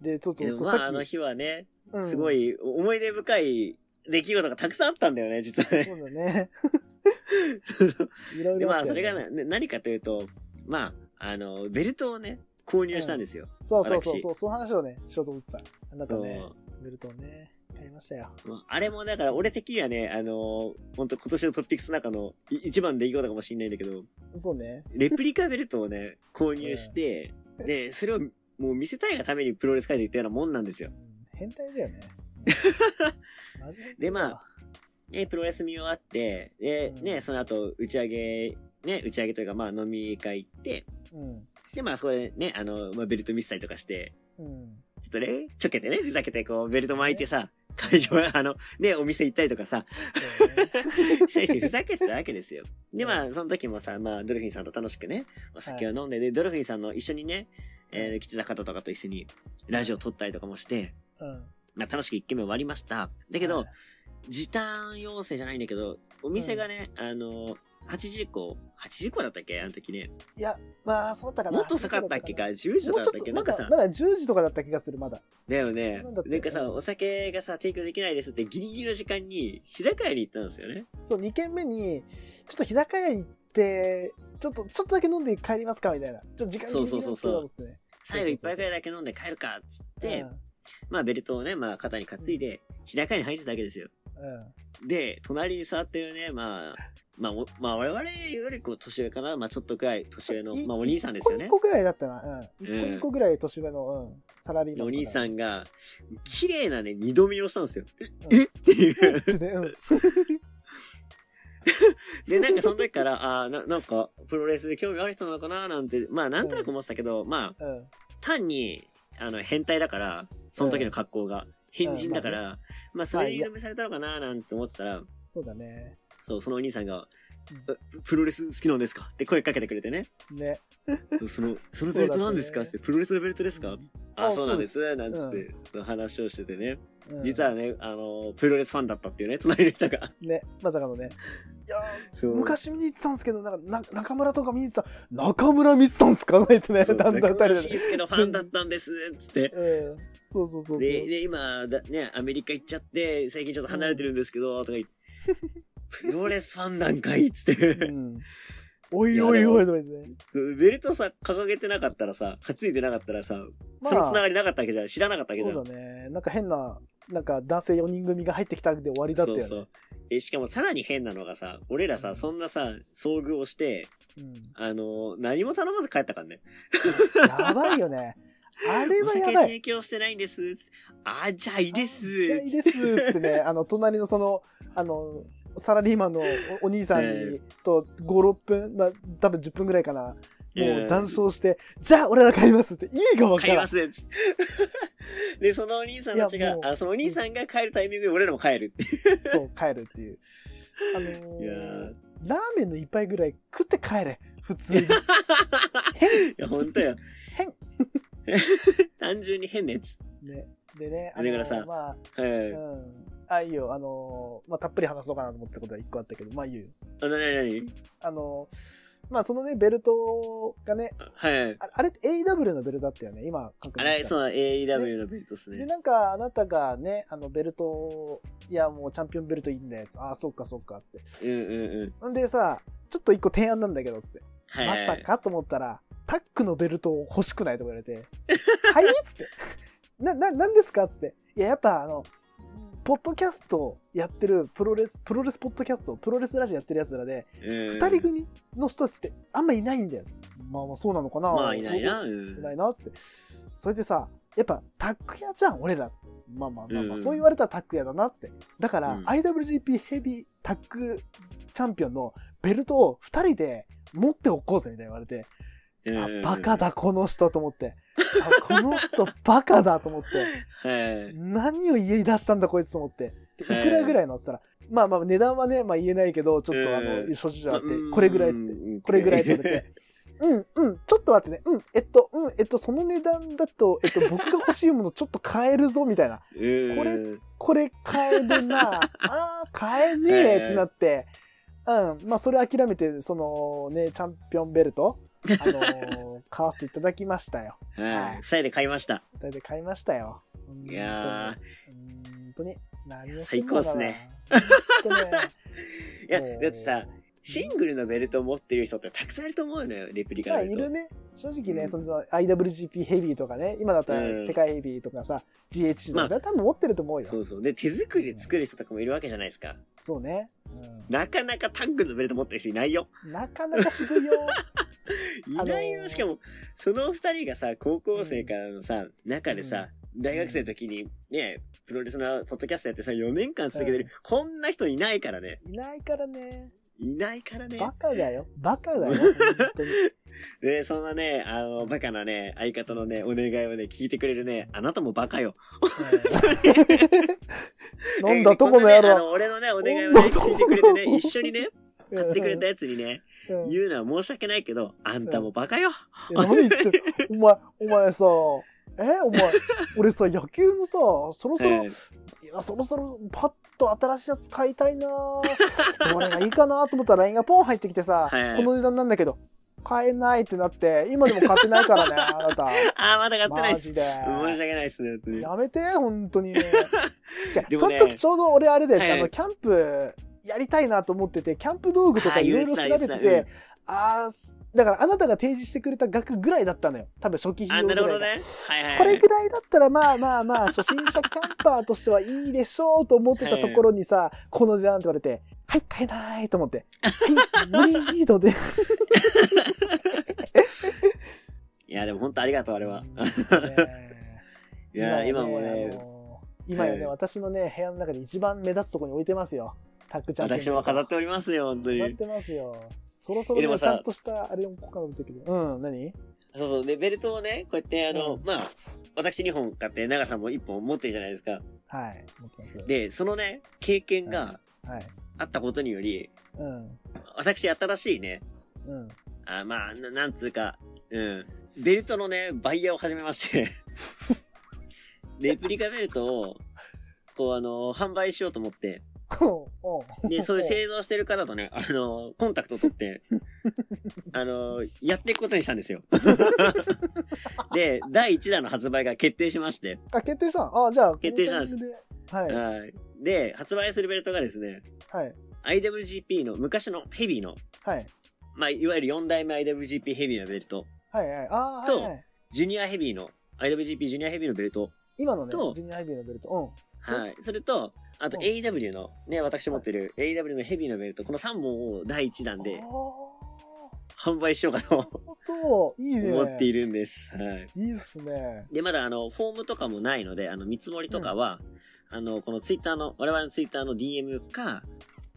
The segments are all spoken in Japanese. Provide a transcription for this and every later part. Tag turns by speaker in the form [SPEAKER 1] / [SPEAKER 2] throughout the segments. [SPEAKER 1] で、ちょっと
[SPEAKER 2] でも
[SPEAKER 1] そう
[SPEAKER 2] まあ、
[SPEAKER 1] さ
[SPEAKER 2] あ
[SPEAKER 1] っ
[SPEAKER 2] の
[SPEAKER 1] き、
[SPEAKER 2] 日はね、
[SPEAKER 1] うん
[SPEAKER 2] すごい思い出深い出来事がたくさんあったんだよね、実は
[SPEAKER 1] そ
[SPEAKER 2] ね。
[SPEAKER 1] うだね。いろいろ
[SPEAKER 2] で、ま
[SPEAKER 1] っ
[SPEAKER 2] あ、
[SPEAKER 1] た
[SPEAKER 2] そ
[SPEAKER 1] よね
[SPEAKER 2] れがな、ね何かというと、まあ、あの、ベルトをね、購入したんですよ。
[SPEAKER 1] そうそうそう
[SPEAKER 2] 私
[SPEAKER 1] そう、その話をね、しようと思ってた。なんかね
[SPEAKER 2] そ、
[SPEAKER 1] ベルトをね、買いましたよ。
[SPEAKER 2] うまああれも、だから俺的にはね、あの、本当今年のトピックスの中のい一番の出来事かもしれないんだけど、
[SPEAKER 1] そうね。
[SPEAKER 2] レプリカベルト をね、購入して、で、それをもう見せたいがためにプロレス会場行ったようなもんなんですよ。
[SPEAKER 1] 変態だよね。 マジ変態だわ
[SPEAKER 2] でまあ、で、プロレス見終わって、で、
[SPEAKER 1] うん
[SPEAKER 2] ね、その後、打ち上げ、ね、打ち上げというか、まあ、飲み会行って、
[SPEAKER 1] うん。
[SPEAKER 2] で、まあ、そこでね、あの、まあ、ベルト見せたりとかして、
[SPEAKER 1] うん。
[SPEAKER 2] ちょっとね、ちょけてね、ふざけて、こう、ベルト巻いてさ、会場へ、あの、ね、お店行ったりとかさ、
[SPEAKER 1] そうね
[SPEAKER 2] したりして、ふざけてたわけですよ。で、まあ、その時もさ、まあ、ドルフィンさんと楽しくね、お酒を飲んで、で、ドルフィンさんの一緒にね、えー来てた方とかと一緒に、ラジオ撮ったりとかもして、
[SPEAKER 1] うん。
[SPEAKER 2] まあ、楽しく一軒目終わりました。だけど、
[SPEAKER 1] はい、
[SPEAKER 2] 時短要請じゃないんだけど、お店がね、あの、8時以降、8時以降だったっけあの時ね。
[SPEAKER 1] いや、まあ、そうだったかな。
[SPEAKER 2] もっと遅かったっけか、10時と
[SPEAKER 1] も
[SPEAKER 2] か
[SPEAKER 1] う
[SPEAKER 2] だ
[SPEAKER 1] ち
[SPEAKER 2] った
[SPEAKER 1] ょっ
[SPEAKER 2] っ
[SPEAKER 1] と
[SPEAKER 2] け
[SPEAKER 1] ま
[SPEAKER 2] なんか
[SPEAKER 1] だ
[SPEAKER 2] さ、
[SPEAKER 1] まだ10時とかだった気がするまだ
[SPEAKER 2] だよね。
[SPEAKER 1] なんだって
[SPEAKER 2] なんかさ、お酒がさ、提供できないですってギリギリの時間に、日高屋に行ったんですよね。
[SPEAKER 1] そう2軒目にちょっと日高屋行ってちょっとちょっとだけ飲んで帰りますかみたいなちょっと時間
[SPEAKER 2] そうそうそうそう
[SPEAKER 1] ギリギリなんです
[SPEAKER 2] 最後一杯くらいだけ飲んで帰るか、っつっ
[SPEAKER 1] けどって
[SPEAKER 2] て、まあベルトをね、まあ肩に担いで、日高屋に入ってたわけですよ。
[SPEAKER 1] うんうん
[SPEAKER 2] で、隣に座ってるね、まあ、まあ、おまあ我々よりこう年上かな、まあちょっとくらい年上の、
[SPEAKER 1] い
[SPEAKER 2] まあお兄さんですよ
[SPEAKER 1] 一
[SPEAKER 2] ね
[SPEAKER 1] 個。ぐらいだったなうん
[SPEAKER 2] うん
[SPEAKER 1] 一個一個ぐらい年上の、うん、サラリーマン
[SPEAKER 2] お兄さ
[SPEAKER 1] ん
[SPEAKER 2] んが、綺麗なね、二度見をしたんですよ。
[SPEAKER 1] うん
[SPEAKER 2] ええっていう。
[SPEAKER 1] で、 うん、
[SPEAKER 2] で、なんかその時から、ああー、ななんか、プロレスで興味ある人なのかななんて、まあ、なんとなく思ってたけど、まあ、
[SPEAKER 1] うん、
[SPEAKER 2] 単に、あの、変態だから、その時の格好が、変人だから、
[SPEAKER 1] う
[SPEAKER 2] まあ、それに認めされたのかななんて思ってたら、
[SPEAKER 1] そうだね
[SPEAKER 2] そう、そのお兄さんが、えプロレス好きなんですかって声かけてくれてね。
[SPEAKER 1] ね
[SPEAKER 2] その、そのベルトなんです
[SPEAKER 1] そう
[SPEAKER 2] か
[SPEAKER 1] だ
[SPEAKER 2] っ
[SPEAKER 1] ね
[SPEAKER 2] て、プロレスのベルトです
[SPEAKER 1] う
[SPEAKER 2] か、
[SPEAKER 1] んあ
[SPEAKER 2] ああ、そうなんです。
[SPEAKER 1] そ
[SPEAKER 2] なんつって、その話をしててね。
[SPEAKER 1] うん
[SPEAKER 2] 実はね、あの、プロレスファンだったっていうね、 隣の人が。
[SPEAKER 1] ねまさかのねいや
[SPEAKER 2] そ
[SPEAKER 1] ー
[SPEAKER 2] う
[SPEAKER 1] 昔見に行ってたんですけどなんかな中村とか見に行ってた中村見てたんですかなんてね
[SPEAKER 2] そう
[SPEAKER 1] だんだん
[SPEAKER 2] 中
[SPEAKER 1] 誰
[SPEAKER 2] 村
[SPEAKER 1] だ
[SPEAKER 2] 慎介のファンだったんです、つって。
[SPEAKER 1] うんそうそうそうそう
[SPEAKER 2] で、で、今だ、ね、アメリカ行っちゃって、最近ちょっと離れてるんですけど、とか言って、プロレスファンなん かいっつって、
[SPEAKER 1] うんおいおいおいおいね。
[SPEAKER 2] ベルトさ、掲げてなかったらさ、担いでなかったらさ、
[SPEAKER 1] ま
[SPEAKER 2] そのつな
[SPEAKER 1] あ、
[SPEAKER 2] がりなかったわけじゃん。知らなかったわけじゃん。
[SPEAKER 1] そうだね。なんか変な、なんか男性4人組が入ってきたで終わりだったよね。
[SPEAKER 2] そうそうえしかもさらに変なのがさ、俺らさ、そんなさ、遭遇をして、
[SPEAKER 1] うん
[SPEAKER 2] あの何も頼まず帰ったからね。
[SPEAKER 1] やばいよね。あれ
[SPEAKER 2] お
[SPEAKER 1] は
[SPEAKER 2] 酒
[SPEAKER 1] やばい。
[SPEAKER 2] 提供してないんです。あ、じゃあいいです。
[SPEAKER 1] いやいいですっつって ね、あの、隣のその、あの、サラリーマンのおお兄さんに、
[SPEAKER 2] え
[SPEAKER 1] と5、6分、まあ、多分10分ぐらいかな。も
[SPEAKER 2] え
[SPEAKER 1] う
[SPEAKER 2] え
[SPEAKER 1] 談笑して、じゃあ俺ら帰りますって意味がわか
[SPEAKER 2] 帰り
[SPEAKER 1] ら
[SPEAKER 2] ま
[SPEAKER 1] ん。
[SPEAKER 2] すね。 で、そのお兄さんたち
[SPEAKER 1] いや
[SPEAKER 2] が
[SPEAKER 1] も、う
[SPEAKER 2] あそのお兄さんが帰るタイミングで俺らも帰るっていう。
[SPEAKER 1] そう、帰るっていう。あのー
[SPEAKER 2] いやー
[SPEAKER 1] ラーメンの一杯ぐらい食って帰れ。普通 に。
[SPEAKER 2] いや、ほんとよ。
[SPEAKER 1] 変。
[SPEAKER 2] 単純に変なやつ。
[SPEAKER 1] ね、でね、あ
[SPEAKER 2] だ
[SPEAKER 1] の
[SPEAKER 2] からさ
[SPEAKER 1] まあ、
[SPEAKER 2] はい。
[SPEAKER 1] うん。あ、いいよ。あのーまあ、たっぷり話そうかなと思ったことは一個あったけど、まあ、いいよ。
[SPEAKER 2] あの、なになに
[SPEAKER 1] あのーまあ、そのね、ベルトがね、
[SPEAKER 2] はい。
[SPEAKER 1] ああれ、AW のベルトだったよね、今、確
[SPEAKER 2] あ
[SPEAKER 1] 認
[SPEAKER 2] れ、
[SPEAKER 1] した。
[SPEAKER 2] そう、AEW のベルトっす
[SPEAKER 1] で、
[SPEAKER 2] ね。
[SPEAKER 1] なんか、あなたがね、あの、ベルトをいや、もうチャンピオンベルトいいんだよ、ああ、そうか、そうかって。
[SPEAKER 2] うんうんうん。
[SPEAKER 1] んでさ、ちょっと一個提案なんだけど、つって。
[SPEAKER 2] はいはい。
[SPEAKER 1] まさかと思ったら、タックのベルトを欲しくないとか言われて、 はいっつって、な、な、なんですかっつって、いや、やっぱあの、ポッドキャストやってるプロレス、プロレスポッドキャスト、プロレスラジオやってるやつらで、
[SPEAKER 2] うん。
[SPEAKER 1] 二人組の人たちってあんまいないんだよ。まあまあそうなのかな。
[SPEAKER 2] まあ、いないな。う
[SPEAKER 1] い
[SPEAKER 2] ん。
[SPEAKER 1] ないな、つって。それでさ、やっぱタック屋じゃん、俺ら。まあまあまあまあ、
[SPEAKER 2] うん
[SPEAKER 1] そう言われたらタック屋だなって。だから、
[SPEAKER 2] うん
[SPEAKER 1] IWGP ヘビータックチャンピオンのベルトを二人で持っておこうぜ、みたいに言われて。あ
[SPEAKER 2] うん、
[SPEAKER 1] バカ。だ、この人と思って。あこの 人バカだと思って。
[SPEAKER 2] はい。
[SPEAKER 1] 何を家に出したんだ、こいつと思って。でい
[SPEAKER 2] はい
[SPEAKER 1] くらぐらいのって言ったら、まあまあ値段はね、まあ言えないけど、ちょっとあ
[SPEAKER 2] う
[SPEAKER 1] の、諸事情あって
[SPEAKER 2] うん、
[SPEAKER 1] これぐらいっつって。これぐらい取れて。 うん、うん、ちょっと待ってね。うん、えっと、うん、えっと、その値段だと、えっと、僕が欲しいものちょっと買えるぞ、みたいな。
[SPEAKER 2] うん。
[SPEAKER 1] これこれ買える な。あー、買えねえってなって。うん、まあそれ諦めて、そのね、チャンピオンベルトあ のー買わせていただきましたよ。
[SPEAKER 2] はい。二人で買いました。
[SPEAKER 1] 大体買いましたよ。
[SPEAKER 2] いや
[SPEAKER 1] 本当に。本当に。何を
[SPEAKER 2] 最高っすね
[SPEAKER 1] してんのかな。
[SPEAKER 2] ー。いや、
[SPEAKER 1] もう
[SPEAKER 2] だってさ、シングルのベルトを持ってる人ってたくさんいると思うのよ、レプリカ
[SPEAKER 1] まあ、
[SPEAKER 2] の
[SPEAKER 1] い
[SPEAKER 2] ベル
[SPEAKER 1] る
[SPEAKER 2] ト。
[SPEAKER 1] ね。正直ね、
[SPEAKER 2] うん
[SPEAKER 1] その IWGP ヘビーとかね、今だったら
[SPEAKER 2] うん
[SPEAKER 1] 世界ヘビーとかさ、GHC と
[SPEAKER 2] ま
[SPEAKER 1] か、
[SPEAKER 2] あ
[SPEAKER 1] 多分持ってると思うよ。
[SPEAKER 2] そうそう。で、手作りで作る人とかもいるわけじゃないですか。
[SPEAKER 1] そうね、うん
[SPEAKER 2] なかなかタッグのベルト持ってる人いないよ。
[SPEAKER 1] なかなかすごいよ。
[SPEAKER 2] いないよ。
[SPEAKER 1] あのー
[SPEAKER 2] しかも、その二人がさ、高校生からのさ、中でさ、大学生の時にね、プロレスのポッドキャストやってさ、4年間続けて
[SPEAKER 1] う
[SPEAKER 2] る、
[SPEAKER 1] ん
[SPEAKER 2] こんな人いないからね。
[SPEAKER 1] いないから ね。
[SPEAKER 2] いないからね。
[SPEAKER 1] バカだよ。バカだよ。本当に。
[SPEAKER 2] で、そんなね、あの、バカなね、相方のね、お願いをね、聞いてくれるね、あなたもバカよ。
[SPEAKER 1] うん 飲んだとこの
[SPEAKER 2] え
[SPEAKER 1] 野
[SPEAKER 2] ーこんなねあ
[SPEAKER 1] 郎。
[SPEAKER 2] の俺のね、お願いをね、聞いてくれてね、一緒にね、
[SPEAKER 1] うん
[SPEAKER 2] 買ってくれたやつにね、
[SPEAKER 1] うん
[SPEAKER 2] 言うのは申し訳ないけど、あんたもバカよ。
[SPEAKER 1] え何言ってるお前、お前さ、えお 前、俺さ、野球のさ、そろそろ、
[SPEAKER 2] うん
[SPEAKER 1] いや、そろそろパッと新しいやつ買いたいなぁ どれがいいかなと思ったら LINE がポン入ってきてさ、
[SPEAKER 2] はいはい
[SPEAKER 1] この値段なんだけど、買えないってなって、今でも買ってないから ね、あなた。
[SPEAKER 2] あー、まだ買ってない
[SPEAKER 1] マ
[SPEAKER 2] っす。
[SPEAKER 1] ジで。
[SPEAKER 2] 申し訳ないっすね、本当に
[SPEAKER 1] やめて、本当に。 いや
[SPEAKER 2] で
[SPEAKER 1] そ
[SPEAKER 2] も
[SPEAKER 1] の
[SPEAKER 2] ね
[SPEAKER 1] 時ちょうど俺あれで、
[SPEAKER 2] はいはい
[SPEAKER 1] あの、キャンプやりたいなと思ってて、キャンプ道具とか
[SPEAKER 2] あー
[SPEAKER 1] いろいろ調べて
[SPEAKER 2] 言うてた言う
[SPEAKER 1] て、あー、だからあなたが提示してくれた額ぐらいだったのよ。多分初期費
[SPEAKER 2] あ、
[SPEAKER 1] 用ぐ
[SPEAKER 2] な
[SPEAKER 1] ら
[SPEAKER 2] る
[SPEAKER 1] い
[SPEAKER 2] ほ
[SPEAKER 1] が
[SPEAKER 2] どね。はいはいはい。
[SPEAKER 1] これぐらいだったらまあまあまあ初心者キャンパーとしてはいいでしょうと思ってたところにさ、この値段って言われて、はい、買えないと思って、はい、無理と で。
[SPEAKER 2] いや、でも本当ありがとう、あれは。いや、今もね、、
[SPEAKER 1] 今やね、
[SPEAKER 2] はい
[SPEAKER 1] 私のね、部屋の中で一番目立つところに置いてますよ。タックちゃん。
[SPEAKER 2] 私も飾っておりますよ、本当
[SPEAKER 1] 飾っ
[SPEAKER 2] に。
[SPEAKER 1] てますよ。そろそろ
[SPEAKER 2] えで
[SPEAKER 1] ね
[SPEAKER 2] も
[SPEAKER 1] ち
[SPEAKER 2] さ
[SPEAKER 1] ゃんとしたあれをこうかなときに。うん、何
[SPEAKER 2] そうそう。で、ベルトをね、こうやって、あの、
[SPEAKER 1] うん
[SPEAKER 2] まあ、私2本買って、長さんも1本持ってるじゃないですか。
[SPEAKER 1] はい。持ってます
[SPEAKER 2] で、そのね、経験が
[SPEAKER 1] はい。
[SPEAKER 2] あったことにより、
[SPEAKER 1] うん。
[SPEAKER 2] 私新しいね、
[SPEAKER 1] うん。
[SPEAKER 2] あまあ、ななんつうか、うん。ベルトのね、バイヤーを始め まして。レプリカベルトを、こう、あの、販売しようと思って。
[SPEAKER 1] おうおう
[SPEAKER 2] で、そういう製造してる方とね、 あの、コンタクト取 って、あの、やっていくことにしたん ですよ。で、第1弾の発売が決定しまして、
[SPEAKER 1] あ、決定したのあ、じゃあ、
[SPEAKER 2] 決定したんです
[SPEAKER 1] このタイミングで。はい。
[SPEAKER 2] はいで、発売するベルトがですね、
[SPEAKER 1] はい。
[SPEAKER 2] IWGP の昔のヘビーの、
[SPEAKER 1] はい。
[SPEAKER 2] まあ、いわゆる4代目 IWGP ヘビーのベルト、
[SPEAKER 1] はいはい。ああ、は
[SPEAKER 2] と
[SPEAKER 1] いはい。
[SPEAKER 2] ジュニアヘビーの、IWGP ジュニアヘビーのベルト、
[SPEAKER 1] 今のね
[SPEAKER 2] と、
[SPEAKER 1] ジュニアハイビーのベルト。
[SPEAKER 2] はい。それと、あと
[SPEAKER 1] うん
[SPEAKER 2] AW の、ね、私持ってる AW のヘビーのベルト、この3本を第1
[SPEAKER 1] う
[SPEAKER 2] 弾
[SPEAKER 1] ん。
[SPEAKER 2] で
[SPEAKER 1] あ
[SPEAKER 2] 販売しようか
[SPEAKER 1] ーな
[SPEAKER 2] と
[SPEAKER 1] るほど。いいね。
[SPEAKER 2] 思っているんです。はい。
[SPEAKER 1] いいっすね。
[SPEAKER 2] で、まだあの、フォームとかもないので、あの、見積もりとかは、あの、このツイッターの、我々のツイッターの DM か、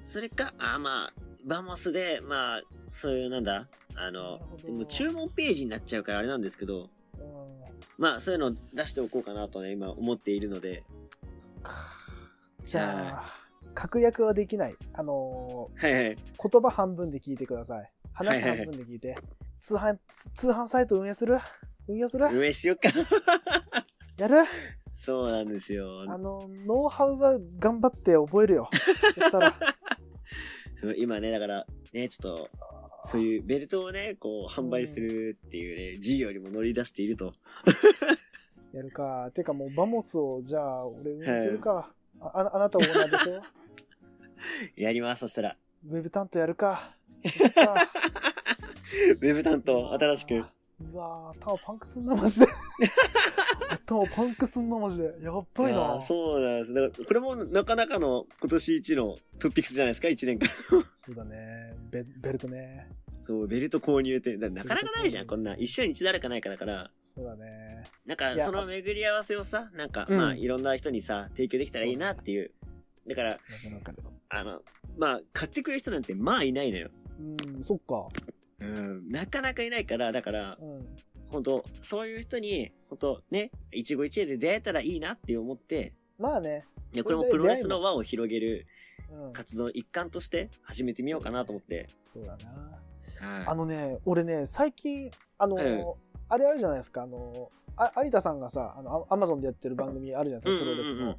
[SPEAKER 2] それか、あ、まあ、バモスで、まあ、そういうなんだ、あ
[SPEAKER 1] な
[SPEAKER 2] の
[SPEAKER 1] るほ、ど
[SPEAKER 2] でも注文ページになっちゃうからあれなんですけ
[SPEAKER 1] う
[SPEAKER 2] ど、
[SPEAKER 1] ん。
[SPEAKER 2] まあ、そういうのを出しておこうかなとね、今思っているので、
[SPEAKER 1] じゃあ、確約はできない。あの
[SPEAKER 2] はいはい。
[SPEAKER 1] ー、言葉半分で聞いてください。話半分で聞いて。通販、通販サイト運営する運営する
[SPEAKER 2] 運営しよっか。
[SPEAKER 1] やる
[SPEAKER 2] そうなんですよ。
[SPEAKER 1] あの、ノウハウは頑張って覚えるよ。そした ら、
[SPEAKER 2] 今ね、だから、ね、ちょっと、そういうベルトをね、こう、販売するっていうね、事業にも乗り出していると。
[SPEAKER 1] やるか。てかもう、バモスを、じゃあ、俺運営するか。あああなたオーナーでしょ
[SPEAKER 2] やります、そしたら。
[SPEAKER 1] ウェブ担当やる か。そっか
[SPEAKER 2] ウェブ担当、新しく。。
[SPEAKER 1] うわぁ、頭パンクすんな、マジで。 頭パンクすんな、マジで。やっばい
[SPEAKER 2] あ
[SPEAKER 1] な
[SPEAKER 2] ー。そうなんです。だからこれもなかなかの今年一のトピックスじゃないですか、一年間。
[SPEAKER 1] そうだね。ベベルトね。
[SPEAKER 2] そう、ベルト購入って、だなかなかないじゃん、こんな。一生に一度あるかないかだから。
[SPEAKER 1] そうだね。
[SPEAKER 2] なん
[SPEAKER 1] い
[SPEAKER 2] か、
[SPEAKER 1] や
[SPEAKER 2] その巡り合わせをさ、なんか、
[SPEAKER 1] うん
[SPEAKER 2] まあ、いろんな人にさ、提供できたらいいなっていう。だから、
[SPEAKER 1] なかなか。
[SPEAKER 2] あの、まあ、買ってくれる人なんて、まあ、いないのよ。
[SPEAKER 1] うん、そっか。
[SPEAKER 2] うん、なかなかいないから、だから、
[SPEAKER 1] うん。
[SPEAKER 2] 本当そういう人に、本当ね、一期一会で出会えたらいいなって思って、
[SPEAKER 1] まあね。
[SPEAKER 2] でこれもプロレスの輪を広げる
[SPEAKER 1] うん。
[SPEAKER 2] 活動の一環として始めてみようかなと思って。
[SPEAKER 1] そうだな。あ
[SPEAKER 2] は
[SPEAKER 1] のね、俺ね、最近、あの、
[SPEAKER 2] ええ
[SPEAKER 1] あれあるじゃないですか、あの、あ有田さんがさ、あの、アアマゾンでやってる番組あるじゃない
[SPEAKER 2] い。うん
[SPEAKER 1] ですか、プ
[SPEAKER 2] う
[SPEAKER 1] ロ
[SPEAKER 2] ん
[SPEAKER 1] レス
[SPEAKER 2] うん
[SPEAKER 1] の。
[SPEAKER 2] うん。
[SPEAKER 1] あ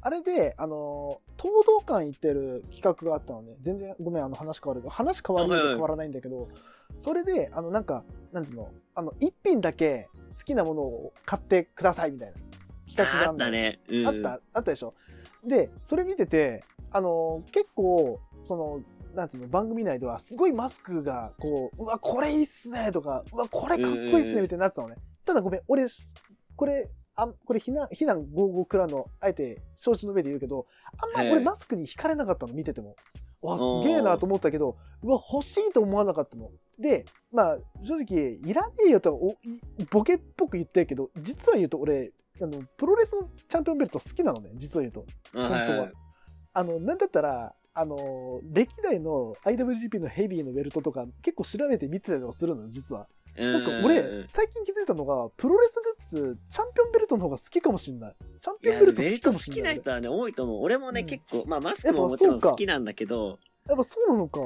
[SPEAKER 1] あれで、あのー、東道館行ってる企画があったのね、全然、ごめん、あの話変わるけど、話変わるの
[SPEAKER 2] あ
[SPEAKER 1] と
[SPEAKER 2] はいはい
[SPEAKER 1] 変わらないんだけど、それで、あの、なんか、なんていうの、あの、一品だけ好きなものを買ってくださいみたいな企画が
[SPEAKER 2] あ
[SPEAKER 1] あ
[SPEAKER 2] っ
[SPEAKER 1] んの
[SPEAKER 2] たね。うん。
[SPEAKER 1] あった、あったでしょ。で、それ見てて、あのー結構、その、なんていうの、番組内では、すごいマスクが、こう、うわ、これいいっすね、とか、うわ、これかっこいいっ
[SPEAKER 2] うん
[SPEAKER 1] す
[SPEAKER 2] うんう
[SPEAKER 1] ね、
[SPEAKER 2] ん
[SPEAKER 1] みたいになってたのね。ただごめん、俺、これ、あんこれ、避難、避難55クラの、あえて、承知の上で言うけど、あんま
[SPEAKER 2] ええ
[SPEAKER 1] 俺マスクに惹かれなかったの、見てても。わ、すげえなと思ったけど、うわ、欲しいと思わなかったの。で、まあ、正直、いらねえよとはおいボケっぽく言ってるけど、実は言うと俺、あの、プロレスのチャンピオンベルト好きなのね、実は言うと。
[SPEAKER 2] うん
[SPEAKER 1] 本当は。
[SPEAKER 2] はいはい
[SPEAKER 1] あの、なんだったら、あの、歴代の IWGP のヘビーのベルトとか、結構調べて見てたりとかするのよ、実は。
[SPEAKER 2] うん
[SPEAKER 1] なんか
[SPEAKER 2] うんうん
[SPEAKER 1] 俺、最近気づいたのが、プロレスグッズ、チャンピオンベルトの方が好きかもしんない。チャン
[SPEAKER 2] い
[SPEAKER 1] ピオン
[SPEAKER 2] や、
[SPEAKER 1] ベルト
[SPEAKER 2] ベ
[SPEAKER 1] 好
[SPEAKER 2] ル
[SPEAKER 1] き
[SPEAKER 2] ト
[SPEAKER 1] か
[SPEAKER 2] 好
[SPEAKER 1] もしん
[SPEAKER 2] き
[SPEAKER 1] な。
[SPEAKER 2] ない人はね、多いと思う。俺もね、
[SPEAKER 1] うん
[SPEAKER 2] 結構、まあ、マスクももちろん好きなんだけど、
[SPEAKER 1] やっぱそうなのか。